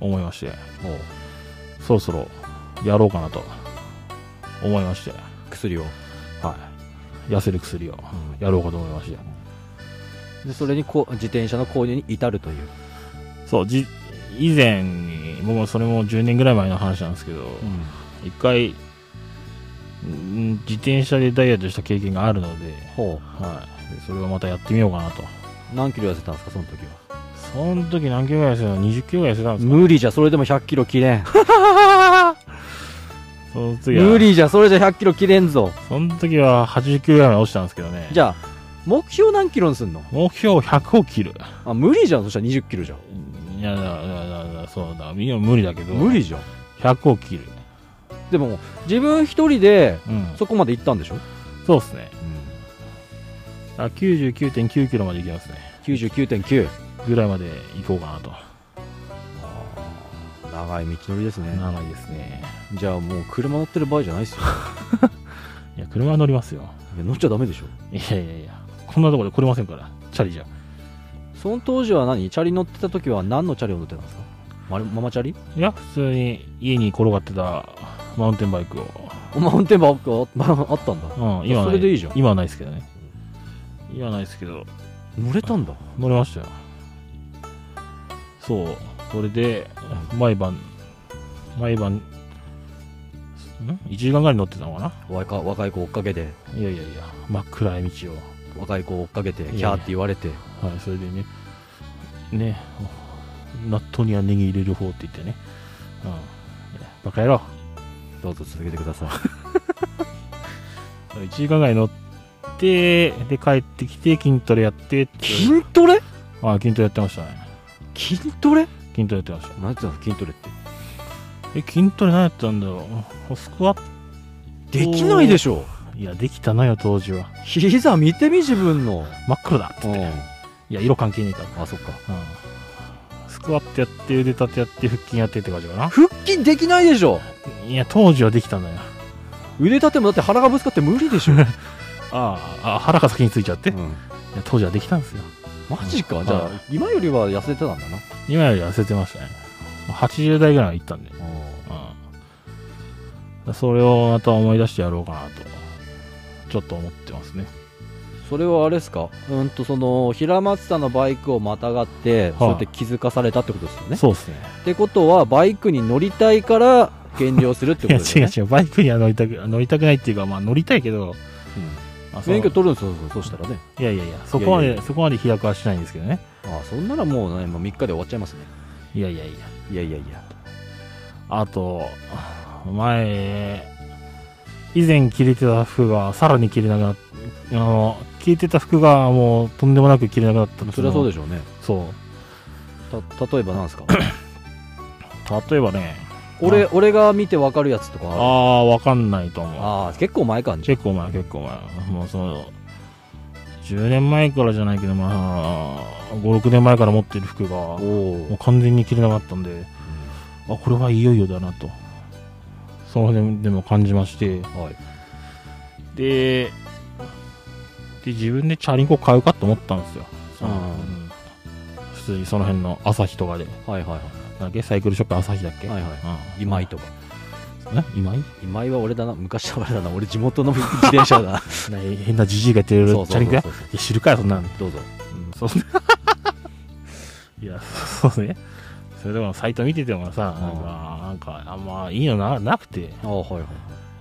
Speaker 1: 思いまして
Speaker 2: もう、
Speaker 1: そろそろやろうかなと思いまして
Speaker 2: 薬を。
Speaker 1: はい、痩せる薬をやろうかと思いました、
Speaker 2: で、それにこう、自転車の購入に至るという。
Speaker 1: そうじ以前に僕もそれも10年ぐらい前の話なんですけど一、回うん自転車でダイエットした経験があるので,、
Speaker 2: ほ
Speaker 1: はい、でそれをまたやってみようかなと
Speaker 2: う。何キロ痩せたんですか、その時は。
Speaker 1: その時何キロぐらい痩せたの20キロぐらい痩せたんですか
Speaker 2: 無理じゃ、それでも100キロ切れん。
Speaker 1: その次は
Speaker 2: 無理じゃ、それじゃ100キロ切れんぞ。
Speaker 1: その時は80キロぐらいまで落ちたんですけどね
Speaker 2: じゃあ、目標何キロにすんの
Speaker 1: 目標100を切る
Speaker 2: あ、無理じゃん、そしたら20キロじゃん。
Speaker 1: いやだだだだそうだいや無理だけど
Speaker 2: 無理じゃん。
Speaker 1: 100を切る
Speaker 2: でも、自分一人で、
Speaker 1: うん
Speaker 2: そこまで行ったんでしょ
Speaker 1: そうですねあ99.9キロまで行きますね
Speaker 2: 99.9
Speaker 1: ぐらいまで行こうかなと
Speaker 2: 長い道のりですね
Speaker 1: 長いですね
Speaker 2: じゃあもう車乗ってる場合じゃないですよ
Speaker 1: いや車は乗りますよ
Speaker 2: い や乗っちゃダメでしょ
Speaker 1: いやいやいやこんなところで来れませんからチャリじゃ
Speaker 2: その当時は何チャリ乗ってた時は何のチャリを乗ってたんですかマママチャリ
Speaker 1: いや普通に家に転がってたマウンテンバイクを、
Speaker 2: おマウンテンバイク あまああったんだ
Speaker 1: うん、今は
Speaker 2: そ
Speaker 1: な
Speaker 2: れでいいじゃん
Speaker 1: 今はないですけどね今はないですけど
Speaker 2: 乗れたんだ
Speaker 1: 乗れましたよそうそれで毎晩毎晩ん1時間ぐらい乗ってたのかな
Speaker 2: 若若い子追っかけて
Speaker 1: いやいやいや真っ暗い道を
Speaker 2: 若い子追っかけて
Speaker 1: いやいや
Speaker 2: キャーって言われて
Speaker 1: はい、それでね、ね、納豆にはネギ入れる方って言ってね、うん、バカ野郎、
Speaker 2: どうぞ続けてください
Speaker 1: 1時間ぐらい乗って、で、帰ってきて、筋トレやってって、
Speaker 2: 筋トレ
Speaker 1: あ筋トレやってましたね。
Speaker 2: 筋トレ
Speaker 1: 筋トレやってました。
Speaker 2: 何て言うの筋トレって
Speaker 1: え、筋トレ何やったんだろう。スクワット。
Speaker 2: できないで
Speaker 1: し
Speaker 2: しょ
Speaker 1: ょ。いや、できたなよ、当時は。
Speaker 2: 膝見てみ自分の
Speaker 1: 真っ黒だって
Speaker 2: う
Speaker 1: 言 って。
Speaker 2: ん
Speaker 1: いや、色関係ねえから。
Speaker 2: あそっか
Speaker 1: うん。スクワットやって、腕立てやって、腹筋やってって感じかな。
Speaker 2: 腹筋できないでしょ
Speaker 1: いや、当時はできたんだよ。
Speaker 2: 腕立てもだって腹がぶつかって無理で しょ、
Speaker 1: ああ、あ腹が先についちゃって。
Speaker 2: うん
Speaker 1: いや当時はできたんですよ
Speaker 2: マジか
Speaker 1: ん
Speaker 2: じゃあ
Speaker 1: はい
Speaker 2: 今よりは痩せてたんだな
Speaker 1: 今より痩せてましたね80代ぐらいまで行ったんで、うん、それをまた思い出してやろうかなとちょっと思ってますね
Speaker 2: それはあれですかうんとその平松さんのバイクをまたがって、そうやって気づかされたってことですよね
Speaker 1: そうですね
Speaker 2: ってことはバイクに乗りたいから減量するって
Speaker 1: い
Speaker 2: こ
Speaker 1: や
Speaker 2: とです
Speaker 1: 違
Speaker 2: よね
Speaker 1: う違うバイクには乗りたく乗りたくないっていうかまあ乗りたいけど、まあ
Speaker 2: うん
Speaker 1: その
Speaker 2: 免許取るんですよそうそうそうしたらね
Speaker 1: いやいやいやそこまで
Speaker 2: いやいや
Speaker 1: そこまで飛躍はしないんですけどね
Speaker 2: ああそんならもうねもう3日で終わっちゃいますね
Speaker 1: いやいやいや
Speaker 2: いやいやいや
Speaker 1: あと前以前着れてた服がさらに着れなくなっあの着れてた服がもうとんでもなく着れなくなったっていの
Speaker 2: それはそうでしょうね
Speaker 1: そう
Speaker 2: た例えばなん ですか
Speaker 1: 例えばね
Speaker 2: 俺俺が見てわかるやつとかあ
Speaker 1: あ
Speaker 2: る
Speaker 1: あわかんないと思う
Speaker 2: ああ結構前かんじゃ
Speaker 1: 結構前結構前もうその10年前からじゃないけどまあ56年前から持ってる服が
Speaker 2: お
Speaker 1: も
Speaker 2: お
Speaker 1: う完全に着れなかったんであこれはいよいよだなとそうでもでも感じまして、
Speaker 2: はい。
Speaker 1: で、で、自分でチャリンコ買うかと思ったんですよ。その
Speaker 2: うん
Speaker 1: うん普通にその辺の朝日とかで。
Speaker 2: はいはいは
Speaker 1: なんだっけサイクルショップ朝日だっけ
Speaker 2: い。はいはい。
Speaker 1: うん
Speaker 2: 今井とか。
Speaker 1: え今井
Speaker 2: 今井は俺だな。昔は俺だな。俺地元の自転車 だな。
Speaker 1: な変なじじいがやってるチ
Speaker 2: そうそうそ
Speaker 1: ャ
Speaker 2: うそう
Speaker 1: リンコやいや知るかよ、そんなの。
Speaker 2: どうぞ。
Speaker 1: そう いや、そうね。それでもサイト見ててもさ、なんか、なんかあんまいいのななくて、
Speaker 2: ああ、はいは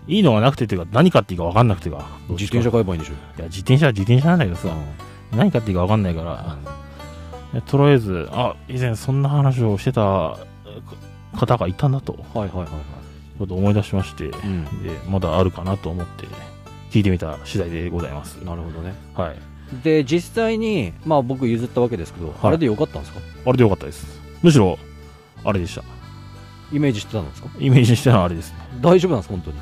Speaker 2: い。
Speaker 1: いいのがなくてっていうか、何買っていいか分かんなくてか。
Speaker 2: 自転車
Speaker 1: か。
Speaker 2: 買えばいいんでしょ。
Speaker 1: いや、自転車は自転車なんだけど
Speaker 2: う
Speaker 1: さ、
Speaker 2: ん
Speaker 1: 何買っていいか分かんないから、でとりあえず、あ、以前そんな話をしてたえ方がいたなと、ち
Speaker 2: はいはいはいは
Speaker 1: ょっと思い出しまして、で
Speaker 2: い。うん。、
Speaker 1: まだあるかなと思って、聞いてみた次第でございます。
Speaker 2: なるほどね。
Speaker 1: はい。
Speaker 2: で、実際に、まあ僕譲ったわけですけど、あれでよかったんですか
Speaker 1: あれでよかったです。むしろ、あれでした。
Speaker 2: イメージしてたんですか
Speaker 1: イメージしたのはあれですね。
Speaker 2: 大丈夫なんですか本当に。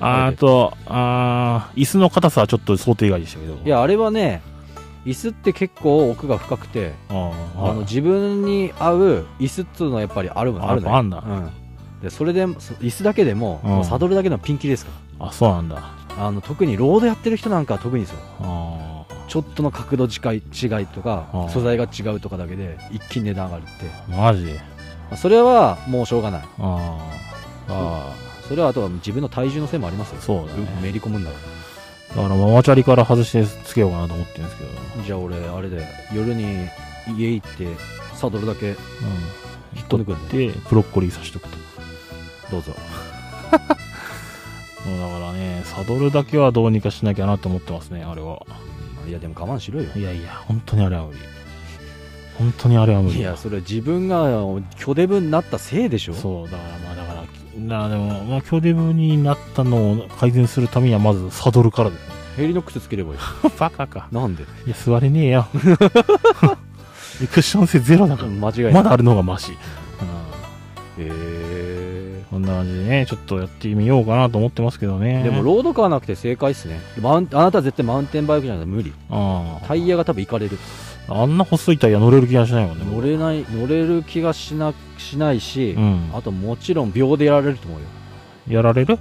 Speaker 1: あーあと、あー椅子の硬さはちょっと想定外でしたけど。
Speaker 2: いや、あれはね、椅子って結構奥が深くて、
Speaker 1: あー、
Speaker 2: あの自分に合う椅子っつうのはやっぱりあるもん
Speaker 1: あ
Speaker 2: あるね
Speaker 1: あんだ
Speaker 2: うん、でそれでそ椅子だけでも,、
Speaker 1: うん
Speaker 2: もうサドルだけでもピンキリですか
Speaker 1: あ、そうなんだ。
Speaker 2: らあの特にロードやってる人なんかは特にですよ
Speaker 1: あ
Speaker 2: ちょっとの角度近い違いとか、
Speaker 1: うん
Speaker 2: 素材が違うとかだけで一気に値段上がるって、
Speaker 1: ーマジで。
Speaker 2: まあそれはもうしょうがない
Speaker 1: あーあ
Speaker 2: それはあとは自分の体重のせいもありますよ
Speaker 1: ー、そうだ
Speaker 2: うん
Speaker 1: ね。
Speaker 2: めり込むんだか
Speaker 1: だからママチャリから外してつけようかなと思ってるんですけど。
Speaker 2: らじゃあ俺あれで夜に家行ってサドルだけ
Speaker 1: うん。
Speaker 2: 引っこ抜くんで
Speaker 1: で、ブロッコリーさしとくと。
Speaker 2: どう ぞ
Speaker 1: そうだからね、サドルだけはどうにかしなきゃなと思ってますね、あれは。
Speaker 2: いやでも我慢しろよ
Speaker 1: いやいや、本当にあれは無理。本当にあれは無理。
Speaker 2: いやそれは自分が巨デブになったせいでしょ
Speaker 1: そうだからまあだからきなあでもまあ強デブになったのを改善するためにはまずサドルからだ よ
Speaker 2: ヘリノックスつければいい
Speaker 1: バカか
Speaker 2: なんで
Speaker 1: いや座れねえよ クッション性ゼロだから
Speaker 2: 間違いない。
Speaker 1: まだあるのがマシ、うん、
Speaker 2: え
Speaker 1: こんな感じでねちょっとやってみようかなと思ってますけどね
Speaker 2: でも、ロードカーなくて正解っすね。マウンあなたは絶対マウンテンバイクじゃないと無理。
Speaker 1: あ
Speaker 2: タイヤが多分いかれる。
Speaker 1: あんな細いタイヤ乗れる気がしないもんね
Speaker 2: 乗れない、乗れる気がしな、しないし、
Speaker 1: うん
Speaker 2: あともちろん秒でやられると思うよ。
Speaker 1: やられる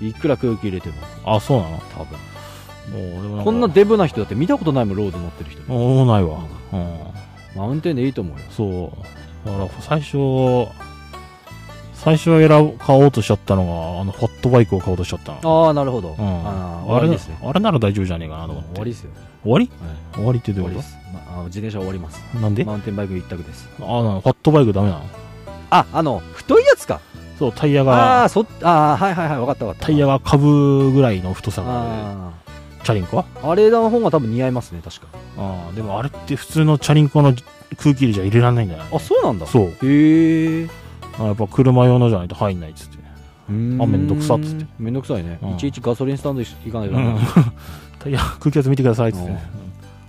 Speaker 2: うん。いくら空気入れても、
Speaker 1: あそうなの
Speaker 2: 多分。
Speaker 1: もうでも
Speaker 2: こんな
Speaker 1: で
Speaker 2: デブな人だって見たことないもん、ロード乗ってる人。
Speaker 1: もうないわ、うん、
Speaker 2: マウンテンでいいと思うよ。
Speaker 1: そう。だから、最初、最初は選ぶ買おうとしちゃったのが、あの、ファットバイクを買おうとしちゃったの。
Speaker 2: ああ、なるほど。
Speaker 1: う
Speaker 2: あ
Speaker 1: ん。
Speaker 2: ー終
Speaker 1: あ
Speaker 2: わり
Speaker 1: れ
Speaker 2: ですね。
Speaker 1: あれなら大丈夫じゃねえかなと思って。
Speaker 2: 終わりですよ。
Speaker 1: 終わり
Speaker 2: はい
Speaker 1: 終わりってど
Speaker 2: 終
Speaker 1: ういう
Speaker 2: わりで
Speaker 1: こ
Speaker 2: す。まああの自転車終わります。
Speaker 1: となんで
Speaker 2: マウンテンバイク一択です。
Speaker 1: あなのファットバイクダメなの
Speaker 2: あ、あの、太いやつか。
Speaker 1: そう、タイヤ
Speaker 2: ああー、
Speaker 1: が、
Speaker 2: そ、ああ、はいはいはい、わかったわかった。
Speaker 1: タイヤがかぶぐらいの太さがあ
Speaker 2: あ
Speaker 1: る。チャリンコは
Speaker 2: ああれの方が多分似合いますね確か
Speaker 1: ああ、でもあれって普通のチャリンコの空気入れじゃ入れられないんじゃない
Speaker 2: あそうなんだ
Speaker 1: そう。
Speaker 2: へえ
Speaker 1: あやっぱ車用のじゃないと入んないっつ って。
Speaker 2: あ
Speaker 1: あ
Speaker 2: め
Speaker 1: めんどくさっつって
Speaker 2: めんどくさいね、
Speaker 1: うん
Speaker 2: いちいちガソリンスタンド行かないと
Speaker 1: う
Speaker 2: ダメ
Speaker 1: ん
Speaker 2: は。
Speaker 1: タイヤ、空気圧見てくださいっつってね。
Speaker 2: う
Speaker 1: うん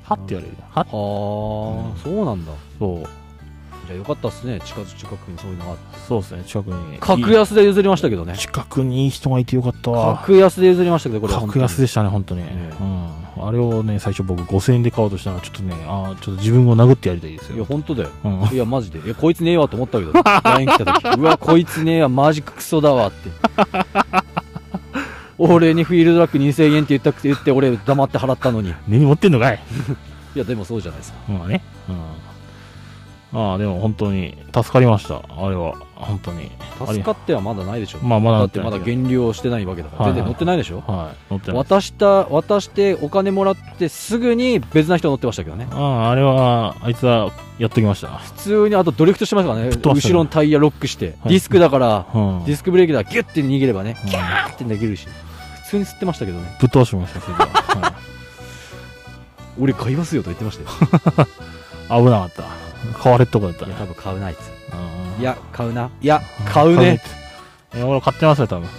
Speaker 1: はってやれる。は
Speaker 2: あ、そうなんだ
Speaker 1: そう。
Speaker 2: じゃあよかったっすね近く近くにそういうのがあって
Speaker 1: そうですね、近くに。
Speaker 2: 格安で譲りましたけどね
Speaker 1: 近くにいい人がいてよかったわ。
Speaker 2: 格安で譲りましたけどこれは
Speaker 1: 格安でしたね、本当に。
Speaker 2: え
Speaker 1: うん。あれをね、最初僕5000円で買おうとしたら、ちょっとね、あーちょっと自分を殴ってやりたいです
Speaker 2: 本当にいや
Speaker 1: よ。
Speaker 2: 本当だよ
Speaker 1: うん。
Speaker 2: いやマジでいやこいつねえわと思ったけど LINE 来た時うわこいつねえわマジクソだわって俺にフィールドラック2000円って言ったくて言って俺黙って払ったのにい
Speaker 1: 根に持ってんのかい
Speaker 2: やでもそうじゃないですか
Speaker 1: まあね。うん。ああ、でも本当に助かりました。あれは、本当に。あ
Speaker 2: 助
Speaker 1: り
Speaker 2: かってはまだないでしょ
Speaker 1: まあ、まだ
Speaker 2: だ
Speaker 1: な
Speaker 2: ってまだ
Speaker 1: ないけ
Speaker 2: 減量をしてないわけだか
Speaker 1: は
Speaker 2: ら、
Speaker 1: い
Speaker 2: 全然乗ってないでしょ
Speaker 1: ど。はい。乗ってない。
Speaker 2: 渡した渡してお金もらってすぐに別な人乗ってましたけどね
Speaker 1: ああ、あれは、あいつは、やっときました。
Speaker 2: 普通にあとドリフトしてましたからね
Speaker 1: っ飛ばして
Speaker 2: 後
Speaker 1: る
Speaker 2: ろのタイヤロックして、
Speaker 1: はい
Speaker 2: ディスクだから、
Speaker 1: うん。
Speaker 2: ディスクブレーキだからギュッて逃げればね、
Speaker 1: うん
Speaker 2: キャーってできるし普通に吸ってましたけどね
Speaker 1: ぶっ飛ばしてました、それでははい
Speaker 2: 俺買いますよと言って ましたよ
Speaker 1: 危なかった。 買われっとこだった
Speaker 2: い
Speaker 1: ね
Speaker 2: や。多分買うないっつ
Speaker 1: うん
Speaker 2: いや買うないや買うね。
Speaker 1: いや、俺買ってますよ、多分。うん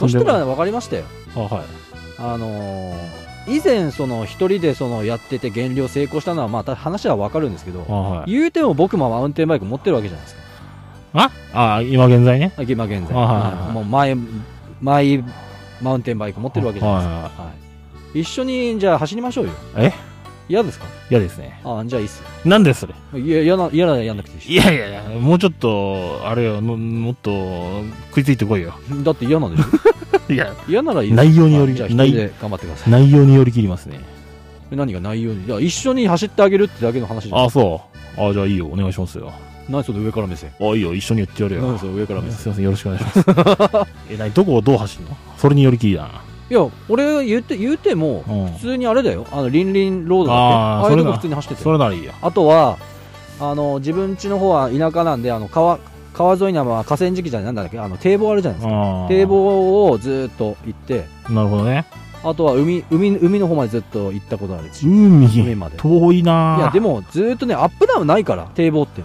Speaker 2: そしたら、分かりましたよ
Speaker 1: あはい。
Speaker 2: あのー以前その一人でそのやってて減量成功したのはまた話は分かるんですけど
Speaker 1: あはい。
Speaker 2: 言うても僕もマウンテンバイク持ってるわけじゃないですか
Speaker 1: ああ、今現在ね。
Speaker 2: あ今現在、
Speaker 1: あはいはいはい
Speaker 2: もう前前マウンテンバイク持ってるわけじゃないですか、はい一緒にじゃあ走りましょうよ
Speaker 1: え
Speaker 2: 嫌ですか
Speaker 1: 嫌ですね。
Speaker 2: あじゃあいいっす。
Speaker 1: なんでそれ
Speaker 2: いや、嫌な、嫌ならやんなくていいし。
Speaker 1: いやいやいや、もうちょっと、あれよ、のもっと食いついてこいよ。
Speaker 2: だって嫌なんでしょ
Speaker 1: いや、
Speaker 2: 嫌なら いい
Speaker 1: 内容により
Speaker 2: あじゃあ一人で頑張ってください。
Speaker 1: 内容によりきりますね。
Speaker 2: え何が内容にいや、一緒に走ってあげるってだけの話じゃん。
Speaker 1: あ、そう。あ、じゃあいいよ、お願いしますよ。
Speaker 2: 何それ上から目線。
Speaker 1: あ、いいよ、一緒にやってやる
Speaker 2: 何
Speaker 1: よ。
Speaker 2: それ上から目線。
Speaker 1: すいません、よろしくお願いします。 え、なに、どこをどう走るのそれによりきりだな。
Speaker 2: いや、俺言って、言うても、
Speaker 1: うん
Speaker 2: 普。通にあれだよ。あの、リンリンロードだって。
Speaker 1: あー
Speaker 2: ああいうと
Speaker 1: それ
Speaker 2: こ
Speaker 1: な
Speaker 2: 普通に走ってて
Speaker 1: そ。れならいいや。
Speaker 2: あとは、あの、自分家の方は田舎なんで、あの、川、川沿いにはまあ河川敷じゃない、なんだっけ、あの、堤防あるじゃないですか。
Speaker 1: あー
Speaker 2: 堤。防をずーっと行って、
Speaker 1: なるほどね。
Speaker 2: あとは海、海、海の方までずっと行ったことあるし、海
Speaker 1: 海、
Speaker 2: まで。い
Speaker 1: 遠いな
Speaker 2: や、で
Speaker 1: も、
Speaker 2: も、ずーっとね、アップダウンないから、堤防って。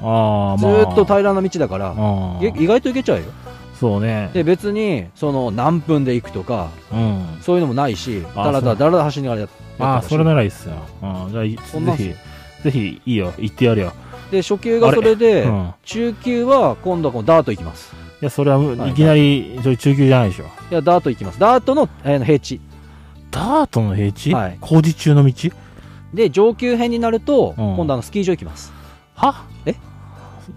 Speaker 1: あー
Speaker 2: ず
Speaker 1: まあ、
Speaker 2: ーっと平らな道だから、
Speaker 1: あ
Speaker 2: げ
Speaker 1: ー
Speaker 2: 意外と行けちゃうよ。
Speaker 1: そうね。
Speaker 2: で、別に、その、何分で行くとか、
Speaker 1: うん。
Speaker 2: そういうのもないし、
Speaker 1: あ
Speaker 2: だらだらだらだら走りながらやって
Speaker 1: ああ、
Speaker 2: たし
Speaker 1: それならいいっすよ。うん、じゃあい、
Speaker 2: そんなんす
Speaker 1: ぜひ、ぜひ、いいよ、行ってやるよ。
Speaker 2: で、初級がそれで、
Speaker 1: うん。
Speaker 2: 中級は今度はこのダート行きます。
Speaker 1: いや、それは、
Speaker 2: い
Speaker 1: いきなり、ちょい中級じゃないでしょ。
Speaker 2: いや、ダート行きます。ダートの、えー平地。
Speaker 1: ダートの平地、
Speaker 2: はい
Speaker 1: 工事中の道
Speaker 2: で、上級編になると、
Speaker 1: うん
Speaker 2: 今度あのスキー場行きます。
Speaker 1: は
Speaker 2: え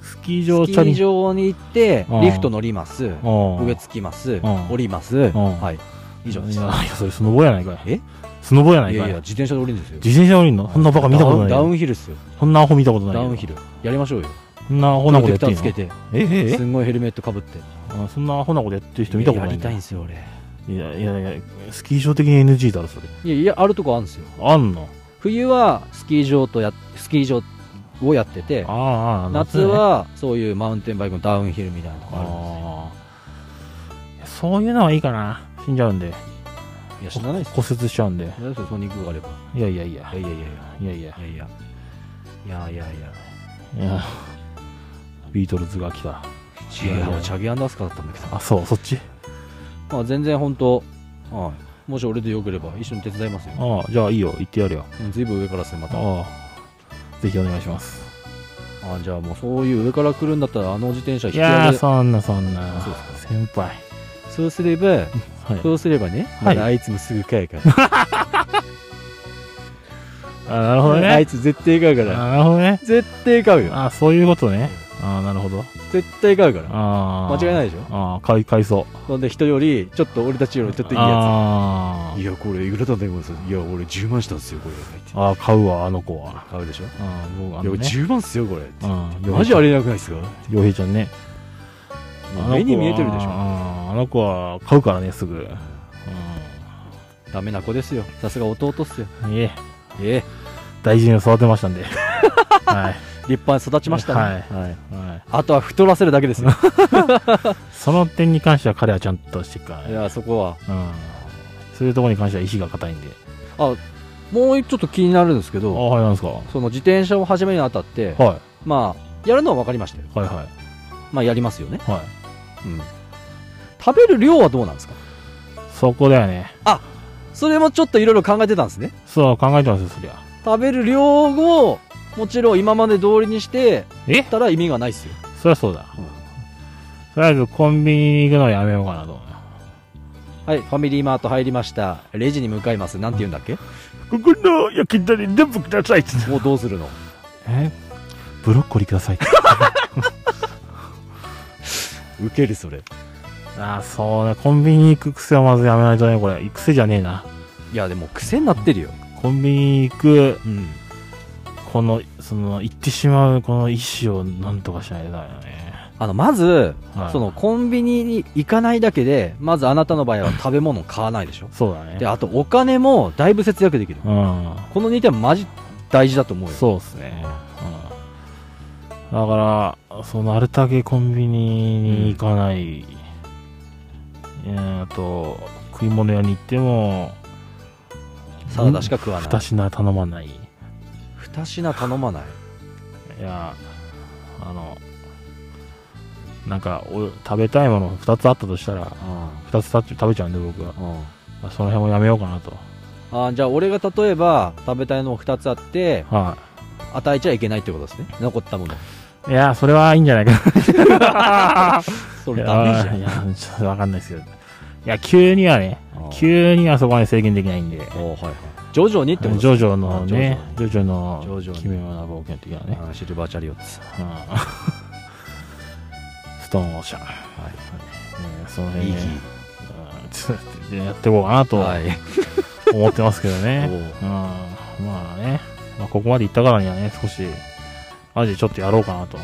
Speaker 1: スキー
Speaker 2: スキ
Speaker 1: 場チャリ
Speaker 2: ー場に行って
Speaker 1: うん、
Speaker 2: リフト乗ります。
Speaker 1: うん
Speaker 2: 上つきます。
Speaker 1: ん
Speaker 2: 降ります。
Speaker 1: ん
Speaker 2: はい。以上です。
Speaker 1: いや、いやそれスノボやないかい。
Speaker 2: え
Speaker 1: スノボやないいか
Speaker 2: や
Speaker 1: い。
Speaker 2: いや、自転車で降りるんですよ。
Speaker 1: 自転車降りんのそんなバカ見たこと
Speaker 2: ダウンダウ
Speaker 1: ない。
Speaker 2: ンヒルっすよ。
Speaker 1: そんなアホ見たことない。
Speaker 2: ダウンヒル。やりましょうよ。
Speaker 1: そんなアホなことやって
Speaker 2: プ
Speaker 1: ん
Speaker 2: ロ
Speaker 1: の
Speaker 2: テクターつけて、
Speaker 1: えええ
Speaker 2: すんごいヘルメットかぶって。
Speaker 1: あそんなアホなことやってる人見たことな
Speaker 2: や
Speaker 1: い
Speaker 2: り
Speaker 1: ね。
Speaker 2: たいんですよ、俺。
Speaker 1: いやいやいや、スキー場的に NG だろ、それ。
Speaker 2: いや、いや、あるとこあるんですよ。
Speaker 1: あんの
Speaker 2: 冬はスキー場とや、スキー場をやってて、
Speaker 1: ああ、
Speaker 2: 夏
Speaker 1: ね
Speaker 2: はそういうマウンテンバイクのダウンヒルみたいなのがあるんですよ。
Speaker 1: ああそういうのはいいかな死んじゃうんで
Speaker 2: いや、知らないですよ。
Speaker 1: 骨折しちゃうんで
Speaker 2: 何それその肉があれば。
Speaker 1: いやいやいや
Speaker 2: いやいや
Speaker 1: い
Speaker 2: いや
Speaker 1: やいや
Speaker 2: いやいや。いやいやいや。
Speaker 1: いやビートルズが来た
Speaker 2: いやいや、チャギアンダースカーだったんだけど。
Speaker 1: あそうそっち
Speaker 2: まあ全然本当、はい。もし俺でよければ一緒に手伝いますよ。
Speaker 1: ああじゃあいいよ行ってやるよ
Speaker 2: うんずいぶん上からですね、また。あ
Speaker 1: ああぜひお願いします
Speaker 2: じゃあもうそういう上から来るんだったら、あの自転車引
Speaker 1: い
Speaker 2: き上
Speaker 1: やー
Speaker 2: げ
Speaker 1: そんなそんな
Speaker 2: そうで
Speaker 1: 先輩
Speaker 2: そうすれば、
Speaker 1: はい
Speaker 2: そうすればね、
Speaker 1: はい
Speaker 2: まだあいつもすぐ帰るから。
Speaker 1: あなるほど
Speaker 2: あ
Speaker 1: ね
Speaker 2: いつ絶対買うか
Speaker 1: あ
Speaker 2: ら。
Speaker 1: なるほどね
Speaker 2: 絶対買うよ。
Speaker 1: あそういうことねああなるほど
Speaker 2: 絶対買うから。
Speaker 1: ああ
Speaker 2: 間違いないいでしょ
Speaker 1: ああ買い買いそう
Speaker 2: ほんで人より、ちょっと俺たちよりちょっといいや
Speaker 1: あ
Speaker 2: つ。いや、これいくらだったんですいや、俺10万したんですよ、これ。って
Speaker 1: あああ買うわあの子は
Speaker 2: 買うでしょ。い
Speaker 1: ああ僕あ
Speaker 2: や、
Speaker 1: のね
Speaker 2: 10万っすよ、これ。
Speaker 1: うん
Speaker 2: マジありえなくないですか
Speaker 1: 洋平ちゃんねあの子は
Speaker 2: 目に見えてるでしょ。
Speaker 1: あーあの子は買うからねすぐ、うん、
Speaker 2: ダメな子ですよ。さすが弟っすよ。
Speaker 1: ええ
Speaker 2: ええ、
Speaker 1: 大事に育てましたんではい、
Speaker 2: 立派に育ちましたね。はい。
Speaker 1: はい、
Speaker 2: あとは太らせるだけですよ。
Speaker 1: その点に関しては彼はちゃんとしてるから
Speaker 2: い
Speaker 1: ね、
Speaker 2: や、そこは。
Speaker 1: うん、そういうところに関しては石が硬いんで
Speaker 2: もうちょっと気になるんですけ
Speaker 1: あ
Speaker 2: ど、
Speaker 1: はいなんですか
Speaker 2: その自転車を始めるにあたって、
Speaker 1: は
Speaker 2: まあ、やるのは分かりましたよ。
Speaker 1: いはいは
Speaker 2: まあ、やりますよね。
Speaker 1: いはい
Speaker 2: うん。食べる量はどうなんですか
Speaker 1: そこだよね
Speaker 2: それもちょっといろいろ考えてたんですね。
Speaker 1: そう考えてますよそりゃ
Speaker 2: 食べる量を、もちろん今まで通りにして
Speaker 1: え
Speaker 2: たら意味がないですよ。
Speaker 1: そりゃそうだ、
Speaker 2: うん
Speaker 1: とりあえずコンビニに行くのはやめようかなと思う
Speaker 2: はい、ファミリーマート入りました。レジに向かいます。なんて言うんだ っけ
Speaker 1: ここの焼き鳥全部くださいっつって
Speaker 2: もうどうするの
Speaker 1: えブロッコリーください
Speaker 2: 受けるそれ。
Speaker 1: ああ、そうね。コンビニ行く癖はまずやめないとね、これ。癖じゃねえな。
Speaker 2: いや、でも癖になってるよ。
Speaker 1: コンビニ行く、
Speaker 2: うん。
Speaker 1: この、その、行ってしまう、この意思をなんとかしないとだよね。
Speaker 2: あの、まず、
Speaker 1: はい
Speaker 2: その、コンビニに行かないだけで、まずあなたの場合は食べ物を買わないでしょ。
Speaker 1: そうだね
Speaker 2: で、。あとお金もだいぶ節約できる。
Speaker 1: うん。
Speaker 2: この2点マジ大事だと思うよ。
Speaker 1: そうっすね。うん。だから、その、あれだけコンビニに行かない。えーあと、食い物屋に行っても、
Speaker 2: サラダしか食わない。
Speaker 1: 二品頼まない。い
Speaker 2: 二品頼まない。
Speaker 1: や、あの、なんかお、食べたいもの二つあったとしたら、
Speaker 2: う
Speaker 1: 2つ食べ食べちゃうんで僕は、
Speaker 2: ん。うん。
Speaker 1: まあその辺もやめようかなと
Speaker 2: あーじゃあ俺が例えば食べたいのが2つあって
Speaker 1: は
Speaker 2: 与えちゃいけないってことですね残ったもの
Speaker 1: いいやそれはいいんじゃないかな
Speaker 2: それダメじゃん
Speaker 1: いやいやちょっとわかんないですけどいや急にはね急にあそこまで制限できないんで、
Speaker 2: おーはいはい。徐々にってこと
Speaker 1: ジョジョのね、ジョ
Speaker 2: ジ
Speaker 1: ジョの
Speaker 2: ジョジョに
Speaker 1: 奇妙な冒険的なね、
Speaker 2: あーシルバーチャリオッツ。
Speaker 1: うん、ストーンオーシャン、
Speaker 2: はい。
Speaker 1: えーその辺
Speaker 2: いい
Speaker 1: ね
Speaker 2: 日。
Speaker 1: うんちょっとやっていこうかなと
Speaker 2: はい。
Speaker 1: 思ってますけどね、
Speaker 2: おう
Speaker 1: うん、まあね、まあ、ここまで行ったからにはね、少し、マジでちょっとやろうかなと。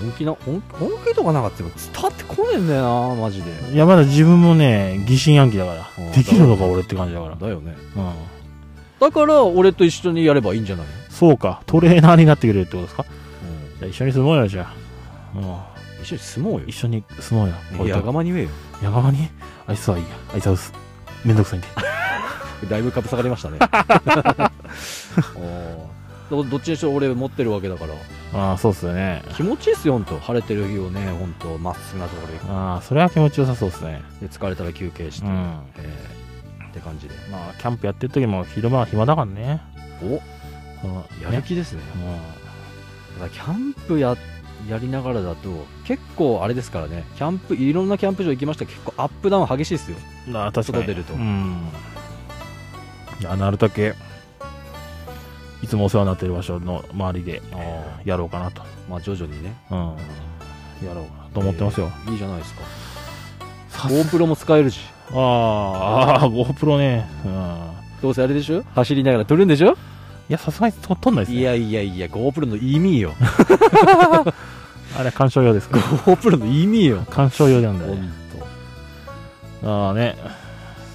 Speaker 2: 本気な、本本気とかなかったら伝わってこねえんだよな、マジで。
Speaker 1: いや、まだ自分もね、疑心暗鬼だか
Speaker 2: お
Speaker 1: ら、
Speaker 2: う
Speaker 1: できるのか俺って感じだから、
Speaker 2: だよね。
Speaker 1: うん、
Speaker 2: だから、俺と一緒にやればいいんじゃない
Speaker 1: そうか、トレーナーになってくれるってことですか
Speaker 2: の、
Speaker 1: じゃあ一緒に住もうよ、じゃあ。うん
Speaker 2: 一緒に住もうよ
Speaker 1: 一。緒に住もうよ。俺と
Speaker 2: やがまに言えよ。
Speaker 1: やがまにあいつはいいや。あいつはうすめんどく さいんで。
Speaker 2: だいぶかぶさがりま したね。おーどどっちにしろ俺持ってるわけだから。
Speaker 1: ああ、そうっすよね。
Speaker 2: 気持ちいいっすよ、ほんと。晴れてる日をね、ほんと、まっすぐなところ
Speaker 1: ああ、それは気持ちよさそうっすね。
Speaker 2: で、で疲れたら休憩して、
Speaker 1: うん
Speaker 2: えーって感じで。
Speaker 1: まあ、キャンプやってる時も昼間は暇だからね。
Speaker 2: お
Speaker 1: うん
Speaker 2: やる気ですね。
Speaker 1: ねうん
Speaker 2: だからキャンプややりながらだと結構あれですからねキャンプいろんなキャンプ場行きましたけど結構アップダウン激しいですよ
Speaker 1: なあ確かに
Speaker 2: 外出ると
Speaker 1: うんいやなるだけいつもお世話になってる場所の周りで
Speaker 2: あ
Speaker 1: やろうかなと、
Speaker 2: まあ徐々にね
Speaker 1: うん、やろうかなと思ってますよ、
Speaker 2: えーいいじゃないですか
Speaker 1: さす
Speaker 2: GoPro も使えるし
Speaker 1: あーあー GoPro ね、うん、
Speaker 2: どうせあれでしょ走りながら撮るんでしょ
Speaker 1: いやさすがにと撮んないです
Speaker 2: い
Speaker 1: ね
Speaker 2: やいやいや GoPro の意味よ
Speaker 1: あれ鑑賞用ですか
Speaker 2: GoPro の意味よ
Speaker 1: 鑑賞用なんだ
Speaker 2: ほ
Speaker 1: よね
Speaker 2: んと
Speaker 1: ああね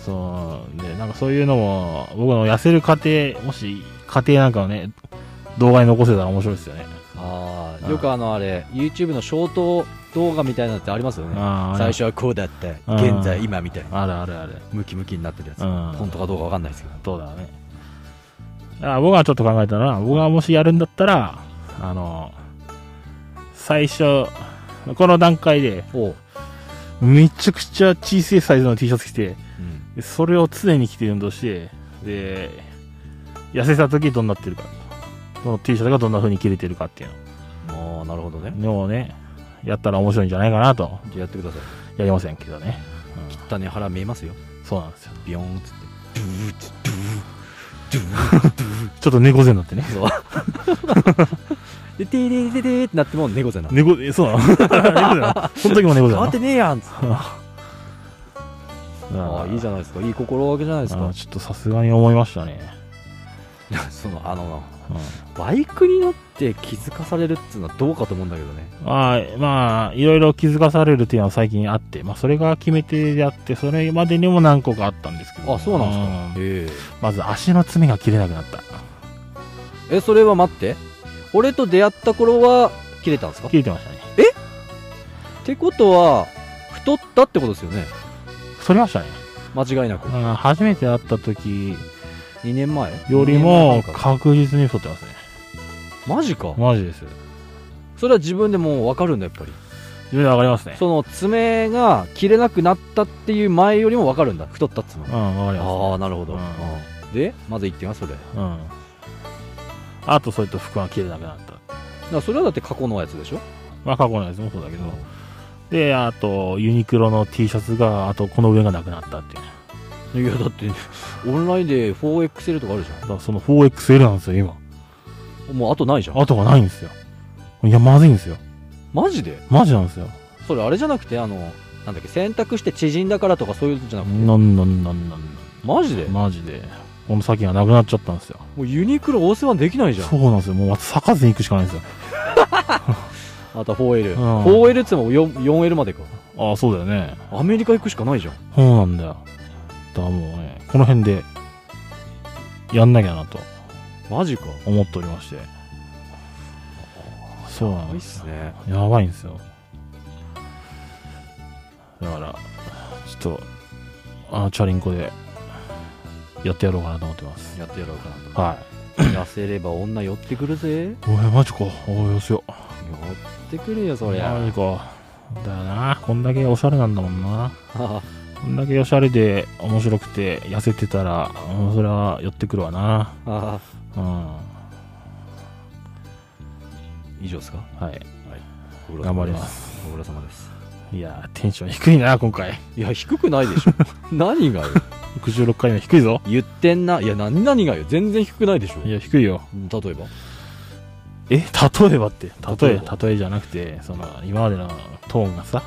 Speaker 1: そうでなんかそういうのも僕の痩せる過程もし過程なんかをね動画に残せたら面白いですよね
Speaker 2: ああよくあのあれ YouTube のショート動画みたいなのってありますよね
Speaker 1: ああ
Speaker 2: 最初はこうだった
Speaker 1: うん
Speaker 2: 現在今みたいな
Speaker 1: あるあるある
Speaker 2: ムキムキになってるやつ
Speaker 1: うん
Speaker 2: 本当かどうかわかんないですけ
Speaker 1: ど
Speaker 2: ど
Speaker 1: うだろうね。あ僕はちょっと考えたのは、僕がもしやるんだったら、あの、最初、この段階で、
Speaker 2: おう、
Speaker 1: めちゃくちゃ小さいサイズの T シャツ着て、
Speaker 2: うん
Speaker 1: でそれを常に着て運動して、で、痩せた時どうなってるか、その T シャツがどんな風に切れてるかっていう
Speaker 2: ああなるほどね
Speaker 1: のをね、やったら面白いんじゃないかなと、
Speaker 2: じゃあやってください
Speaker 1: やりませんけどね。
Speaker 2: 切ったね腹見えますよ
Speaker 1: そうなんですよ。
Speaker 2: ビヨーンっつって
Speaker 1: ちょっと猫背になってね。
Speaker 2: そう でティーティーティーティーってなっても猫背なの
Speaker 1: 猫背、そうなの 猫背な のその時も猫背
Speaker 2: 変
Speaker 1: な
Speaker 2: わ
Speaker 1: の
Speaker 2: ってねえやんっつってあ
Speaker 1: あ
Speaker 2: あ
Speaker 1: ー
Speaker 2: いいじゃないですかいい心がけじゃないです
Speaker 1: あ
Speaker 2: か
Speaker 1: ーちょっとさすがに思いましたね、
Speaker 2: そのあの
Speaker 1: うん
Speaker 2: バイクに乗って気づかされるっつうのはどうかと思うんだけどね
Speaker 1: まあまあいろいろ気づかされるっていうのは最近あって、まあ、それが決め手であってそれまでにも何個かあったんですけど
Speaker 2: あそうなん
Speaker 1: うん
Speaker 2: ですか
Speaker 1: まず足の爪が切れなくなった
Speaker 2: ええそれは待って俺と出会った頃は切れたんですかっ
Speaker 1: 切れてましたね
Speaker 2: てことは太ったってことですよね
Speaker 1: それましたね、
Speaker 2: 間違いなく
Speaker 1: うん初めて会った時
Speaker 2: 2年前
Speaker 1: より
Speaker 2: 二年前
Speaker 1: も
Speaker 2: か
Speaker 1: 確実に太ってますね
Speaker 2: マジか
Speaker 1: マジです
Speaker 2: それは自分でもう分かるんだやっぱり
Speaker 1: 自分で上がりますね
Speaker 2: その爪が切れなくなったっていう前よりも分かるんだ太ったっつうの
Speaker 1: うん上がり
Speaker 2: あ
Speaker 1: ま
Speaker 2: あなるほど、
Speaker 1: うん
Speaker 2: うんでまず言ってますそれだか
Speaker 1: すうんあとそれと服が切れなくなった
Speaker 2: らそれはだって過去のやつでしょ
Speaker 1: まあ過去のやつもそうだけど、で、あと、ユニクロの T シャツが、あと、この上がなくなったっていうね。
Speaker 2: いやだってオンラインで 4XL とかあるじ
Speaker 1: だからその 4XL なんですよ、今。
Speaker 2: ゃんもうあとないじゃん
Speaker 1: 後がないんですよ。いや、まずいんですよ。
Speaker 2: マジで
Speaker 1: マジなんですよ。
Speaker 2: それあれじゃなくてあのなんだっけ選択して縮んだからとかそういうのじゃなくて
Speaker 1: なんなんなんなん
Speaker 2: マジでも
Speaker 1: マジで。この先がなくなっちゃったんですよ。
Speaker 2: うユニクロお世話できないじゃん
Speaker 1: そうなんですよ。もう、咲かずに行くしかないんですよ。
Speaker 2: あとは 4L、
Speaker 1: うん
Speaker 2: 4L っつっても 4- 4L までか
Speaker 1: ああ、そうだよね。
Speaker 2: アメリカ行くしかないじゃん
Speaker 1: そうなんだよ。だからもうね、この辺で、やんなきゃなと
Speaker 2: マジか
Speaker 1: 思っておりまして。そうなん
Speaker 2: いい
Speaker 1: で
Speaker 2: っ
Speaker 1: すよ
Speaker 2: すね
Speaker 1: やばいんですよだからちょっとあのチャリンコでやってやろうかなと思ってます
Speaker 2: やってやろうかなと
Speaker 1: は
Speaker 2: 痩せれば女寄ってくるぜ
Speaker 1: いおいマジかおいよせよ
Speaker 2: 寄ってくるよそり
Speaker 1: マ
Speaker 2: ゃ
Speaker 1: ジかだよなこんだけおしゃれなんだもんな
Speaker 2: は
Speaker 1: こんだけおしゃれで面白くて痩せてたらうんそれは寄ってくるわな
Speaker 2: は
Speaker 1: うん
Speaker 2: 以上ですか
Speaker 1: はい
Speaker 2: ご苦労様
Speaker 1: 頑張り
Speaker 2: です
Speaker 1: ます
Speaker 2: ご苦労様です
Speaker 1: いやー、テンション低いな、今回。
Speaker 2: いや、低くないでし ょ。何がよ。
Speaker 1: 66回目低いぞ。
Speaker 2: 言ってんな。いや、何何がよ。全然低くないでしょ。
Speaker 1: いや、低いよ。
Speaker 2: 例えば。
Speaker 1: え、例えばって、例
Speaker 2: 例え
Speaker 1: え、例えじゃなくて、その、今までのトーンがさ、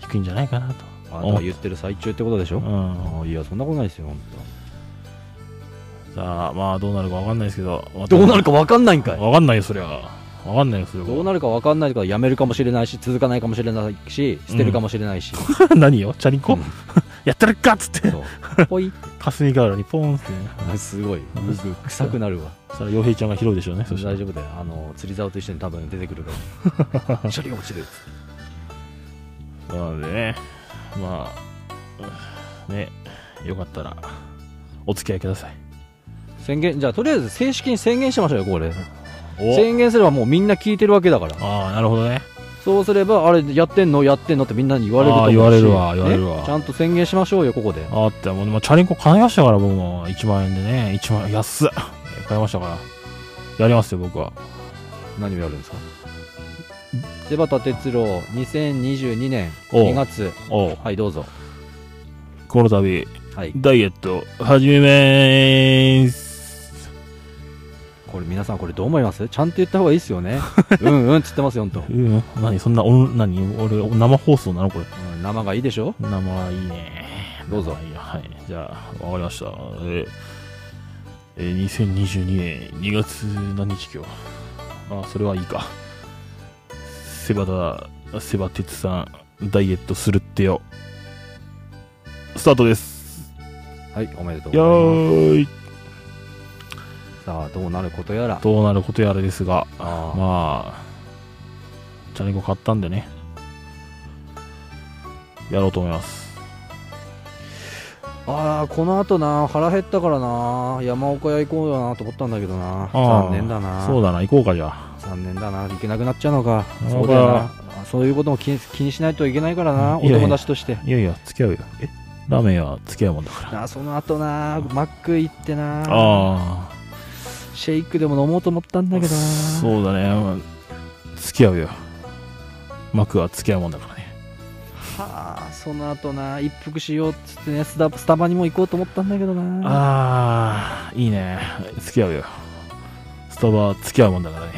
Speaker 1: 低いんじゃないかなと。
Speaker 2: あなたが言ってる最中ってことでし
Speaker 1: う
Speaker 2: ょ。
Speaker 1: ん。
Speaker 2: あいや、そんなことないですよ、本
Speaker 1: さあ、まあ、どうなるかわかんないですけど。
Speaker 2: 当。どうなるか分かんないんかい。
Speaker 1: わかんないよ、そりゃ。わかんないよ、それは。
Speaker 2: どうなるか分かんないからやめるかもしれないし続かないかもしれないし捨てるかもしれないし、
Speaker 1: 何よチャリンコ、
Speaker 2: うん
Speaker 1: やってるかっつって、
Speaker 2: そうポイ
Speaker 1: 霞ヶ浦にポーンってね、
Speaker 2: すごい
Speaker 1: うん
Speaker 2: 僕臭くなるわ
Speaker 1: それ洋平ちゃんが拾うでしょうね、そ
Speaker 2: 大
Speaker 1: したら。
Speaker 2: 丈夫だよあの釣り竿と一緒に多分出てくるから シャリ落ちる
Speaker 1: なのでね、まあ、ね、よかったら、お付き合いください。
Speaker 2: 宣言じゃあとりあえず正式に宣言しましょうよこれ
Speaker 1: お
Speaker 2: 宣言すればもうみんな聞いてるわけだから
Speaker 1: ああ、なるほどね。
Speaker 2: そうすればあれやってんのやってんのってみんなに言われると思う
Speaker 1: あー
Speaker 2: し
Speaker 1: 言われるわ言われるわ
Speaker 2: ねちゃんと宣言しましょうよここで
Speaker 1: ああって、もう、まあチャリンコ買いましたから、僕も。1万円でね、1万円、安っ買いましたから。やりますよ、僕は。
Speaker 2: 何をやるんですか柴田哲郎2022年
Speaker 1: お
Speaker 2: 2
Speaker 1: う、
Speaker 2: 月
Speaker 1: おう、
Speaker 2: はいどうぞ
Speaker 1: この度、
Speaker 2: はい
Speaker 1: ダイエット、始めまーす。
Speaker 2: これ皆さんこれどう思いますちゃんと言った方がいいですよね うんうんっつってますよほんと、
Speaker 1: うん、何そんな、おん何俺、生放送なのこれ。
Speaker 2: うん、生がいいでしょ
Speaker 1: 生いいね
Speaker 2: どうぞ
Speaker 1: いいよはいじゃあわかりましたええー2022年2月何日今日あそれはいいかセバだセバ鉄さんダイエットするってよスタートです
Speaker 2: はいおめでとう
Speaker 1: や
Speaker 2: ござい
Speaker 1: ーい
Speaker 2: ますさあどうなることやら
Speaker 1: どうなることやらですが
Speaker 2: あー
Speaker 1: まあチャリンコ買ったんでねやろうと思います
Speaker 2: あーこの後な腹減ったからな山岡屋行こうよなと思ったんだけどな
Speaker 1: あー
Speaker 2: 残念だな
Speaker 1: そうだな行こうかじゃあ
Speaker 2: 残念だな行けなくなっちゃうのか
Speaker 1: 山岡
Speaker 2: そうだよなあそういうことも気に気にしないといけないからな
Speaker 1: うんいやいや
Speaker 2: 男出しとして
Speaker 1: いやいや、付き合うよ。えラーメンは付き合うもんだから。
Speaker 2: なその後なマック行ってな
Speaker 1: ああ
Speaker 2: シェイクでも飲もうと思ったんだけどな
Speaker 1: そうだね、まあ付き合うよ。マクは付き合うもんだからね。
Speaker 2: はあその後な一服しようっつってねスタスタバにも行こうと思ったんだけどな
Speaker 1: ああ、いいね。付き合うよ。スタバは付き合うもんだからね。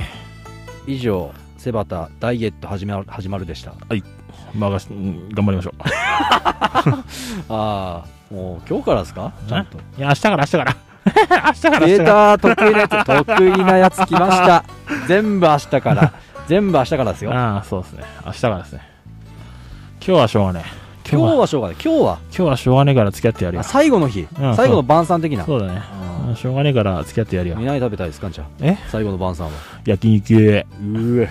Speaker 2: 以上セバタダイエット始まる始まるでした
Speaker 1: 任し、うん頑張りましょう。
Speaker 2: ああもう今日からですかちゃんと
Speaker 1: いや、明日から明日から。 明日から明日
Speaker 2: デー
Speaker 1: から。
Speaker 2: タ得意なやつ得意なやつ来ま した全部明日から全部明日からですよ
Speaker 1: ああ、そうですね。明日からですね。今日はしょうがねえ。
Speaker 2: 今
Speaker 1: 今
Speaker 2: 日
Speaker 1: 日は、
Speaker 2: はしょうがない今日は
Speaker 1: 今日はしょうがねえから付き合ってやる
Speaker 2: あ
Speaker 1: よ。
Speaker 2: 最後の日、
Speaker 1: うん
Speaker 2: 最後の晩餐的な
Speaker 1: そうだね。
Speaker 2: あ
Speaker 1: うんしょうがねえから付き合ってやる
Speaker 2: あ
Speaker 1: よ。
Speaker 2: 何食べたいですかじゃあ
Speaker 1: え
Speaker 2: 最後の晩餐は
Speaker 1: 焼肉。
Speaker 2: うえ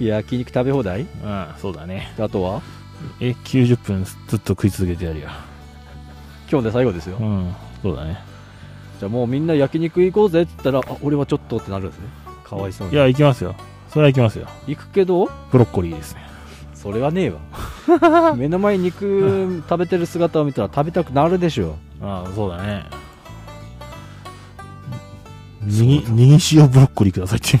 Speaker 2: 焼肉食べ放題
Speaker 1: うん、そうだね。
Speaker 2: あとは
Speaker 1: え90分ずっと食い続けてやるよ
Speaker 2: 今日で最後ですよ
Speaker 1: うんそうだね
Speaker 2: じゃあもうみんな焼肉行こうぜって言ったら、あ、俺はちょっとってなるんですね。かわいそう
Speaker 1: い
Speaker 2: に。
Speaker 1: や行きますよそれは行きますよ
Speaker 2: 行くけど、
Speaker 1: ブロッコリーですね
Speaker 2: それはね えわ。目の前に肉食べてる姿を見たら食べたくなるでしょ。
Speaker 1: ああそうだねにぎにぎ塩ブロッコリーくださいっていう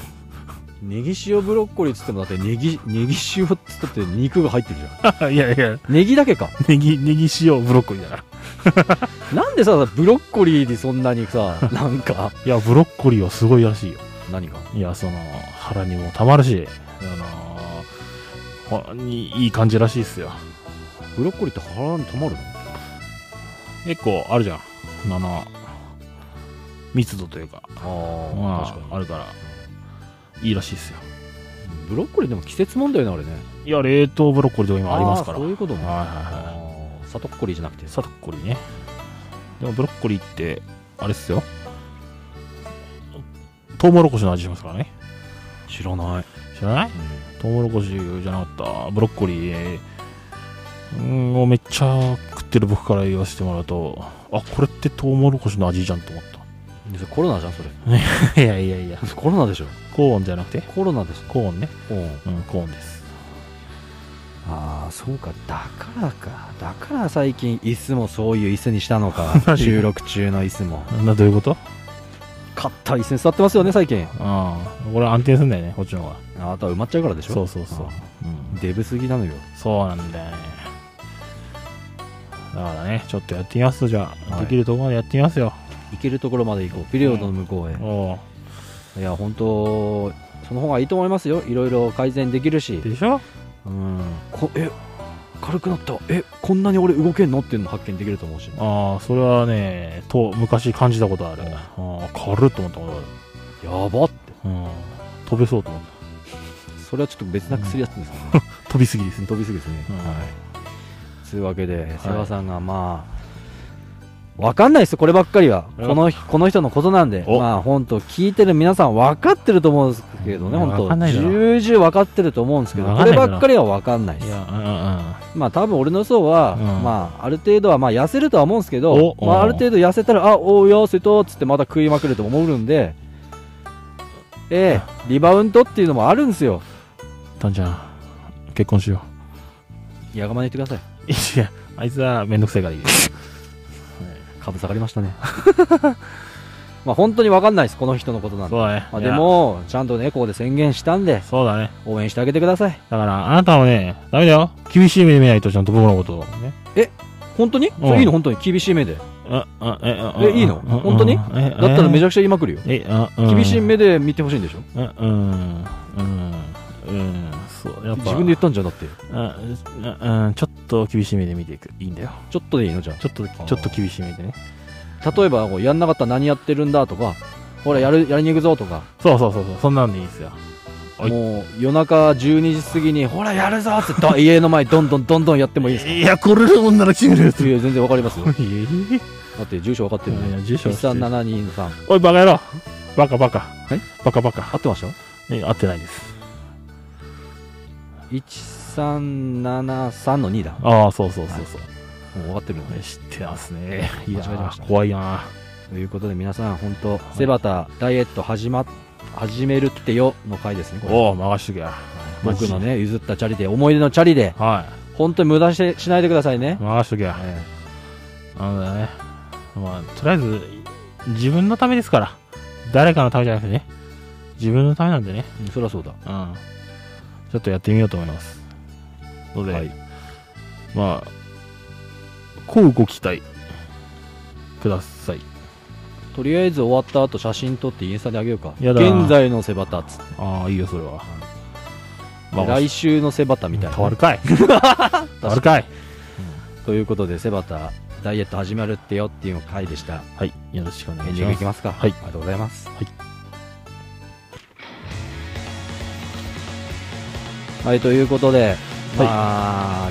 Speaker 2: ネギ塩ブロッコリーっつってもだってネギ、ネギ塩っつったって肉が入ってるじ ゃ
Speaker 1: いやいや
Speaker 2: ん。 ネギだけか。
Speaker 1: ネギネギ塩ブロッコリーだから
Speaker 2: なんでさ、ブロッコリーでそんなに さ、なんか、
Speaker 1: いやブロッコリーはすごいらしいよ
Speaker 2: 何が
Speaker 1: いやその腹にもたまるしあのほにいい感じらしいっすよ
Speaker 2: ブロッコリーって腹に止まるの
Speaker 1: 結構あるじゃんあの密度というか
Speaker 2: ああ、
Speaker 1: ま
Speaker 2: 確
Speaker 1: あ
Speaker 2: か
Speaker 1: あるからいいらしいっすよ
Speaker 2: に。ブロッコリーでも季節問題な、あれね。
Speaker 1: いや、冷凍ブロッコリーとか今ありますから。
Speaker 2: ーそういうことも。
Speaker 1: はいはいは
Speaker 2: ああ、サトッコリーじゃなくて
Speaker 1: い。。サトッコリーね。でもブロッコリーって、あれっすよ。トウモロコシの味しますからね。
Speaker 2: 知らない。
Speaker 1: 知らないトウモロコシじゃなかった、ブロッコリー。うん、もうめっちゃ食ってる僕から言わせてもらうと、あ、これってトウモロコシの味じゃんと思っ
Speaker 2: うん、コロナじゃん、それ。
Speaker 1: た。いやいやいや。
Speaker 2: コロナでしょ
Speaker 1: コーンじゃなくて
Speaker 2: コロナでし
Speaker 1: コーンね。
Speaker 2: ょ
Speaker 1: うん、コーンです。
Speaker 2: ああそうかだからかだから最近椅子もそういう椅子にしたのか収録中の椅子も
Speaker 1: な、どういうこと
Speaker 2: 硬い椅子に座ってますよね、最近。
Speaker 1: ああこれ安定すんだよねこっちの方が
Speaker 2: あなたは埋まっちゃうからでしょ。
Speaker 1: そうそうそう
Speaker 2: あ、
Speaker 1: うん、
Speaker 2: デブすぎなのよ。
Speaker 1: そうなんだよねだからねちょっとやってみますとじゃあ、
Speaker 2: はい
Speaker 1: できるところまでやってみますよ
Speaker 2: 行けるところまで行こう。ピリオドの向こうへ。
Speaker 1: おう
Speaker 2: いや、本当その方がいいと思いますよ。いろいろ改善できるし。
Speaker 1: でしょ
Speaker 2: うん。こえ、軽くなった。え、こんなに俺動けんのっていうのも発見できると思うし。
Speaker 1: ああそれはねと昔感じたことある、
Speaker 2: うん
Speaker 1: ああ軽っと思ったことある
Speaker 2: やばって。
Speaker 1: うん飛べそうと思っ
Speaker 2: それはちょっと別な薬やってるんですよね。
Speaker 1: た飛びすぎですね
Speaker 2: 飛びすぎですね。
Speaker 1: うん
Speaker 2: はい。というわけで、世話さんがまあ、わかんないですよ、こればっかりは。
Speaker 1: うん
Speaker 2: この、この人のことなんで、
Speaker 1: お
Speaker 2: まあ、本当聞いてる皆さん分かってると思うんですけど
Speaker 1: う
Speaker 2: ね、
Speaker 1: ん
Speaker 2: 本当
Speaker 1: わかんないだろ
Speaker 2: 重々分かってると思うんですけど、
Speaker 1: わか
Speaker 2: こ
Speaker 1: んな
Speaker 2: れ
Speaker 1: いだろ
Speaker 2: ばっかりは分かんないで
Speaker 1: い
Speaker 2: す。
Speaker 1: やう
Speaker 2: まあ、多分俺の層は、
Speaker 1: うん
Speaker 2: まあ、ある程度は、まあ、痩せるとは思うんですけど、
Speaker 1: お
Speaker 2: まあ、
Speaker 1: お
Speaker 2: ある程度痩せたら、あ、おう、痩せたっつってまた食いまくると思うんで、ええ、リバウンドっていうのもあるんですよ。
Speaker 1: んうんたんちゃん結婚しよ
Speaker 2: やがまに言ってくださ
Speaker 1: ういやあいつはめんどくせえからいいです
Speaker 2: い。株下がりましたね。 まあ、本当に分かんないです、この人のことな んで
Speaker 1: そうだね
Speaker 2: まあ、
Speaker 1: いや
Speaker 2: でも、ちゃんとね、ここで宣言したんで、
Speaker 1: そうだね
Speaker 2: 応援してあげてください。
Speaker 1: だからあなたもねダメだよ厳しい目で見ないとちゃんと僕のことをね
Speaker 2: 本当にそれいいの本当に厳しい目で。だ
Speaker 1: ああえあ
Speaker 2: えいいの
Speaker 1: うん
Speaker 2: 本当に
Speaker 1: うんえ
Speaker 2: ったらめち
Speaker 1: ゃ
Speaker 2: ゃくちゃ言いまくるよ。
Speaker 1: えあうん
Speaker 2: 厳しい目で見てほしいんでしょ
Speaker 1: うんうんうんうんそうやっぱ
Speaker 2: 自分で言ったんじゃなくて。
Speaker 1: あうんうんちょっと厳しい目で見ていくいいんだよ
Speaker 2: ちょっとでいいのじゃ
Speaker 1: ちょっとち
Speaker 2: ー
Speaker 1: ょっと厳しい目でね
Speaker 2: あ。例えば、こうやんなかったら何やってるんだとか、ほら、やる、やりに行くぞとか、
Speaker 1: そうそうそうそうそんなんでいいですよはい
Speaker 2: もう夜中12時過ぎに、ほら、やるぞってど 家の前どんどんどんどんやってもいいですか
Speaker 1: いやこれるもんなら決めるやつ
Speaker 2: いや全然わかりますよ。だ
Speaker 1: いやいやいや
Speaker 2: って住所分かってる
Speaker 1: い
Speaker 2: ね。
Speaker 1: や住所は知ってる
Speaker 2: 13723。
Speaker 1: おいバカ野郎バカバカ
Speaker 2: え
Speaker 1: バカバカ
Speaker 2: 合ってました
Speaker 1: え合ってないです
Speaker 2: 1373の2だ。も
Speaker 1: ああそうそうそうそう
Speaker 2: う分かってるのね。
Speaker 1: 知ってますね。いや
Speaker 2: 間違えてました
Speaker 1: ー、怖いな
Speaker 2: ということで皆さん本当セバタダイエット始まっ始めるってよの回ですねこれ
Speaker 1: おお、任しとけや。
Speaker 2: 僕の
Speaker 1: マジ
Speaker 2: ね譲ったチャリで思い出のチャリで
Speaker 1: は
Speaker 2: 本当に無駄してしないでくださいね
Speaker 1: い。、任しとけや。
Speaker 2: え
Speaker 1: あのね。まあ、とりあえず、自分のためですから。誰かのためじゃなくてね。自分のためなんでね。
Speaker 2: えそりゃそうだ
Speaker 1: うん。ちょっとやってみようと思います。ので、
Speaker 2: はい
Speaker 1: まあ、こうご期待ください。
Speaker 2: とりあえず終わった後写真撮ってインスタにあげようか
Speaker 1: やだな
Speaker 2: 現在のセバタっつって
Speaker 1: ああ、いいよ、それは。
Speaker 2: 来週のセバタみたい
Speaker 1: 変わ
Speaker 2: な
Speaker 1: る かい。変わるかい。
Speaker 2: ということでセバタダイエット始まるってよっていう回でした
Speaker 1: はい。よろしくお願
Speaker 2: エ
Speaker 1: い
Speaker 2: ン
Speaker 1: し
Speaker 2: ディ
Speaker 1: ま
Speaker 2: ングい
Speaker 1: す
Speaker 2: き。ますか
Speaker 1: はい
Speaker 2: ありがとうございます
Speaker 1: はい
Speaker 2: はいということでま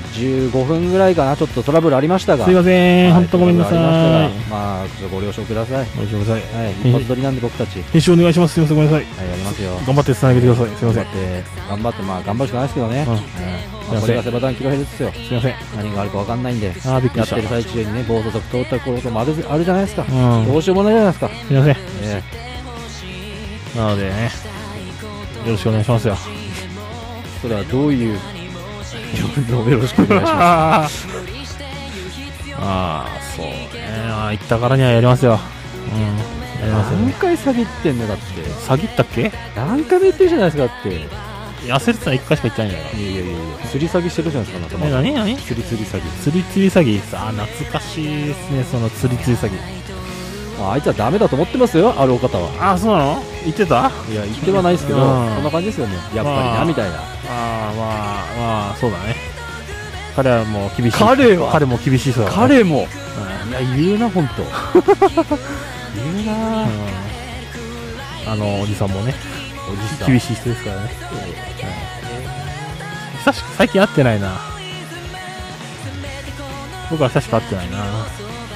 Speaker 2: あ15分ぐらいかなちょっとトラブルありましたが
Speaker 1: すいません、
Speaker 2: は
Speaker 1: 本当ごめんなさ
Speaker 2: トラブルあ
Speaker 1: い
Speaker 2: りまし。たがまあちょっとご了承ください
Speaker 1: ご了承ください。
Speaker 2: はい一発撮りなんで僕たち
Speaker 1: 編集お願いします。すいません、ごめんなさい。
Speaker 2: はいやりますよ
Speaker 1: 頑張って繋げてください。すいません。
Speaker 2: で頑張ってまあ頑張るしかないですけどね
Speaker 1: うん
Speaker 2: うんまあこれがセバタンキロヘルツですよ
Speaker 1: すいません。
Speaker 2: 何があるか分かんないんで
Speaker 1: あーびっくり
Speaker 2: やっ
Speaker 1: してた。
Speaker 2: る最中にね暴走族通ったこともあるあるじゃないですか
Speaker 1: うん
Speaker 2: どうしようもないじゃないですか
Speaker 1: すいません。
Speaker 2: え
Speaker 1: なのでね、よろしくお願いしますよ。
Speaker 2: えそれはどう いうよろしくお願いします
Speaker 1: あ あ、そうね。ああ、行ったからにはやりますよ。うん。やりますよ
Speaker 2: 何
Speaker 1: ね。
Speaker 2: 回下げってんのだって
Speaker 1: 詐欺ったっけ
Speaker 2: 何回も言ってるじゃないですかだっていやい
Speaker 1: 痩せるってのは1回しか行ってないんだよ。
Speaker 2: やいやいや釣り詐欺してるじゃないですかあな
Speaker 1: え、
Speaker 2: たま
Speaker 1: 何何
Speaker 2: 釣り釣り詐欺
Speaker 1: 釣り釣り詐欺さあ、懐かしいですね、その釣り釣り詐欺。
Speaker 2: まああいつはダメだと思ってますよあるお方は
Speaker 1: ああ、そうなの行ってたあ
Speaker 2: いや言ってはないですけど
Speaker 1: うん
Speaker 2: そんな感じですよねやっぱ
Speaker 1: ま
Speaker 2: りな
Speaker 1: あ
Speaker 2: みたいな
Speaker 1: あ、まあ、まあ、そうだね。彼はもう厳しい。
Speaker 2: 彼は
Speaker 1: 彼も厳しいそうだね。
Speaker 2: 彼も
Speaker 1: うん
Speaker 2: いや 言うな本当言うな
Speaker 1: あのおじさんもね
Speaker 2: おじさん
Speaker 1: 厳しい人ですからね、はい久しく最近会ってないな僕は久しく会ってないな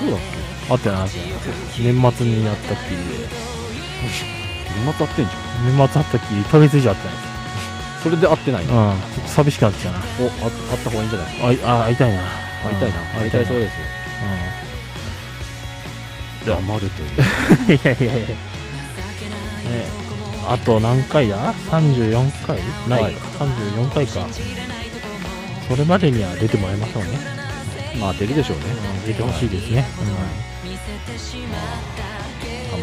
Speaker 2: そうだっ
Speaker 1: 会ってない会ってない年末に会ったっきりで
Speaker 2: け今と会ってんじゃ
Speaker 1: 年末会ったっきり1ヶ月以上会ってないです
Speaker 2: んそれで会ってないの
Speaker 1: うんちょっと寂しくなってきたな
Speaker 2: おあ会った方がいいんじゃない
Speaker 1: ああ会いたいな
Speaker 2: 会いたいな
Speaker 1: うん
Speaker 2: 会いたいそうですよ
Speaker 1: うん
Speaker 2: 黙るという
Speaker 1: い やいやいや、ね、あと何回だ ?34 回ない、
Speaker 2: はい
Speaker 1: 34回かそれまでには出てもらいましょうね、
Speaker 2: まあ出るでしょうね
Speaker 1: うん、出てほしいですね、
Speaker 2: 頑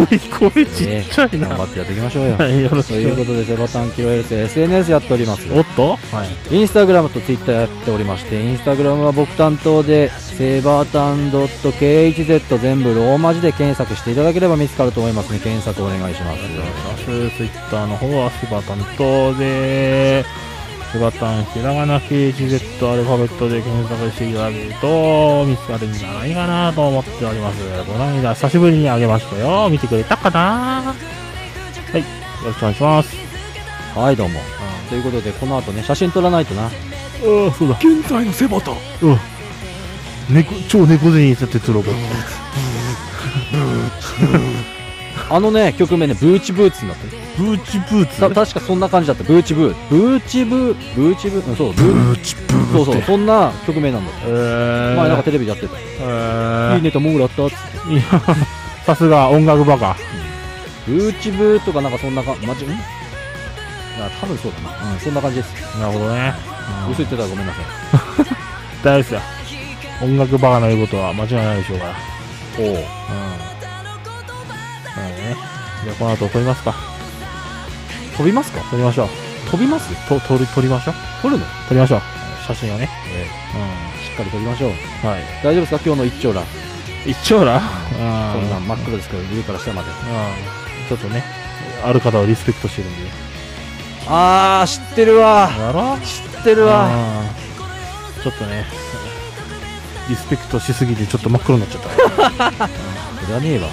Speaker 2: 張ってやっていきましょ うよ。
Speaker 1: 声ちっちゃい
Speaker 2: 頑
Speaker 1: な。
Speaker 2: 張ってやっていきましょうよ。
Speaker 1: はい、よろし
Speaker 2: という
Speaker 1: く。
Speaker 2: ことで、セバタンキロヘルツ SNS やっております。
Speaker 1: おっとはい。
Speaker 2: インスタグラムとツイッターやっておりまして、インスタグラムは僕担当で、セバータン .khz 全部ローマ字で検索していただければ見つかると思いますね。検索お願いします。
Speaker 1: ツイッターの方はスバタンとで、スバタンひらがな KHZ アルファベットで検索していただけると見つかるんじゃないかなと思っております。この間久しぶりにあげましたよ。見てくれたかなはい。よろしくお願いします。
Speaker 2: はい、どうも。ということで、この後ね、写真撮らないとな。
Speaker 1: ああ、そうだ。
Speaker 3: 現在のセバタ
Speaker 1: うん。猫、超猫背にいた哲郎が。
Speaker 2: あのね、曲名ね、ブーチブーツになってる。
Speaker 1: ブーチブーツ
Speaker 2: た確かそんな感じだった。ブーチブー。ブーチブー、ブーチブー、うん、そう、ブー、
Speaker 3: ブチブー
Speaker 2: そうそう、そんな曲名なんだ。
Speaker 1: えー。
Speaker 2: 前なんかテレビでやってた。
Speaker 1: えー
Speaker 2: いいネタもぐらったっつって。
Speaker 1: いや、さすが音楽バカ。
Speaker 2: ブーチブーとかなんかそんな感じ、マジんあ多分そうだな。うん、そんな感じです。
Speaker 1: なるほどね。
Speaker 2: 嘘言ってたらごめんなさい。
Speaker 1: 大丈夫ですよ。音楽バカの言うことは間違いないでしょうから。
Speaker 2: おう
Speaker 1: うん。なるほどね。じゃあこの後撮りますか。
Speaker 2: 飛びますか
Speaker 1: 撮りましょう。
Speaker 2: 飛びます
Speaker 1: と、撮り、撮りましょう。
Speaker 2: 撮るの
Speaker 1: 撮りましょう。写真をね。う。
Speaker 2: しっかり撮りましょうん
Speaker 1: はい。
Speaker 2: 大丈夫ですか今日の一丁羅
Speaker 1: 一応ら
Speaker 2: こん
Speaker 1: う。
Speaker 2: なん真っ黒ですけど上から下まで
Speaker 1: ちょっとね、ある方をリスペクトしてるんで。
Speaker 2: あー知ってるわ
Speaker 1: だろ
Speaker 2: 知って
Speaker 1: う
Speaker 2: るわ
Speaker 1: んちょっとね、リスペクトしすぎてちょっと真っ黒になっちゃった。
Speaker 2: いら ねえわ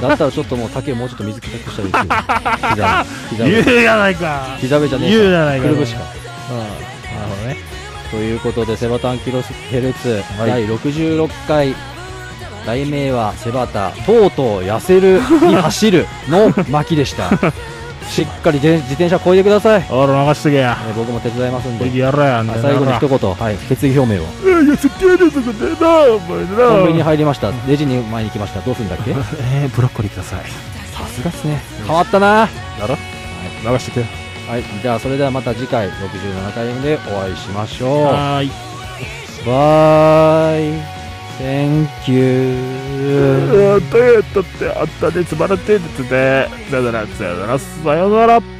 Speaker 2: だったらちょっともう竹もうちょっと水臭くしたりして膝
Speaker 1: 言う
Speaker 2: 膝
Speaker 1: じゃないか
Speaker 2: 膝目じゃねえ
Speaker 1: 言うじゃないか
Speaker 2: くるぶしか
Speaker 1: うんなるほどね
Speaker 2: ということでセバタンキロヘルツ、
Speaker 1: はい
Speaker 2: 第66回題名は「セバタとうとう痩せるに走る」の巻でした しっかりで自転車こいでください、
Speaker 1: おら流しとけや
Speaker 2: えー僕も手伝いますん
Speaker 1: これ
Speaker 2: で
Speaker 1: でやろうやあん
Speaker 2: あ
Speaker 1: た
Speaker 2: 最後に
Speaker 1: や
Speaker 2: 一
Speaker 1: ろ
Speaker 2: 言、はい、決意表明を
Speaker 1: ういや絶対やるぞこれなお前な
Speaker 2: コンビニに入りましたレジに前に来ましたどうするんだっけ
Speaker 1: えーブロッコリーください
Speaker 2: さすがっすね変わったな
Speaker 1: やろ流してて
Speaker 2: はいじゃあそれではまた次回67回目でお会いしましょう
Speaker 1: はーい
Speaker 2: バイ Thank you
Speaker 1: ダイエットってあったねつまらんてんですねだからさよならさよなら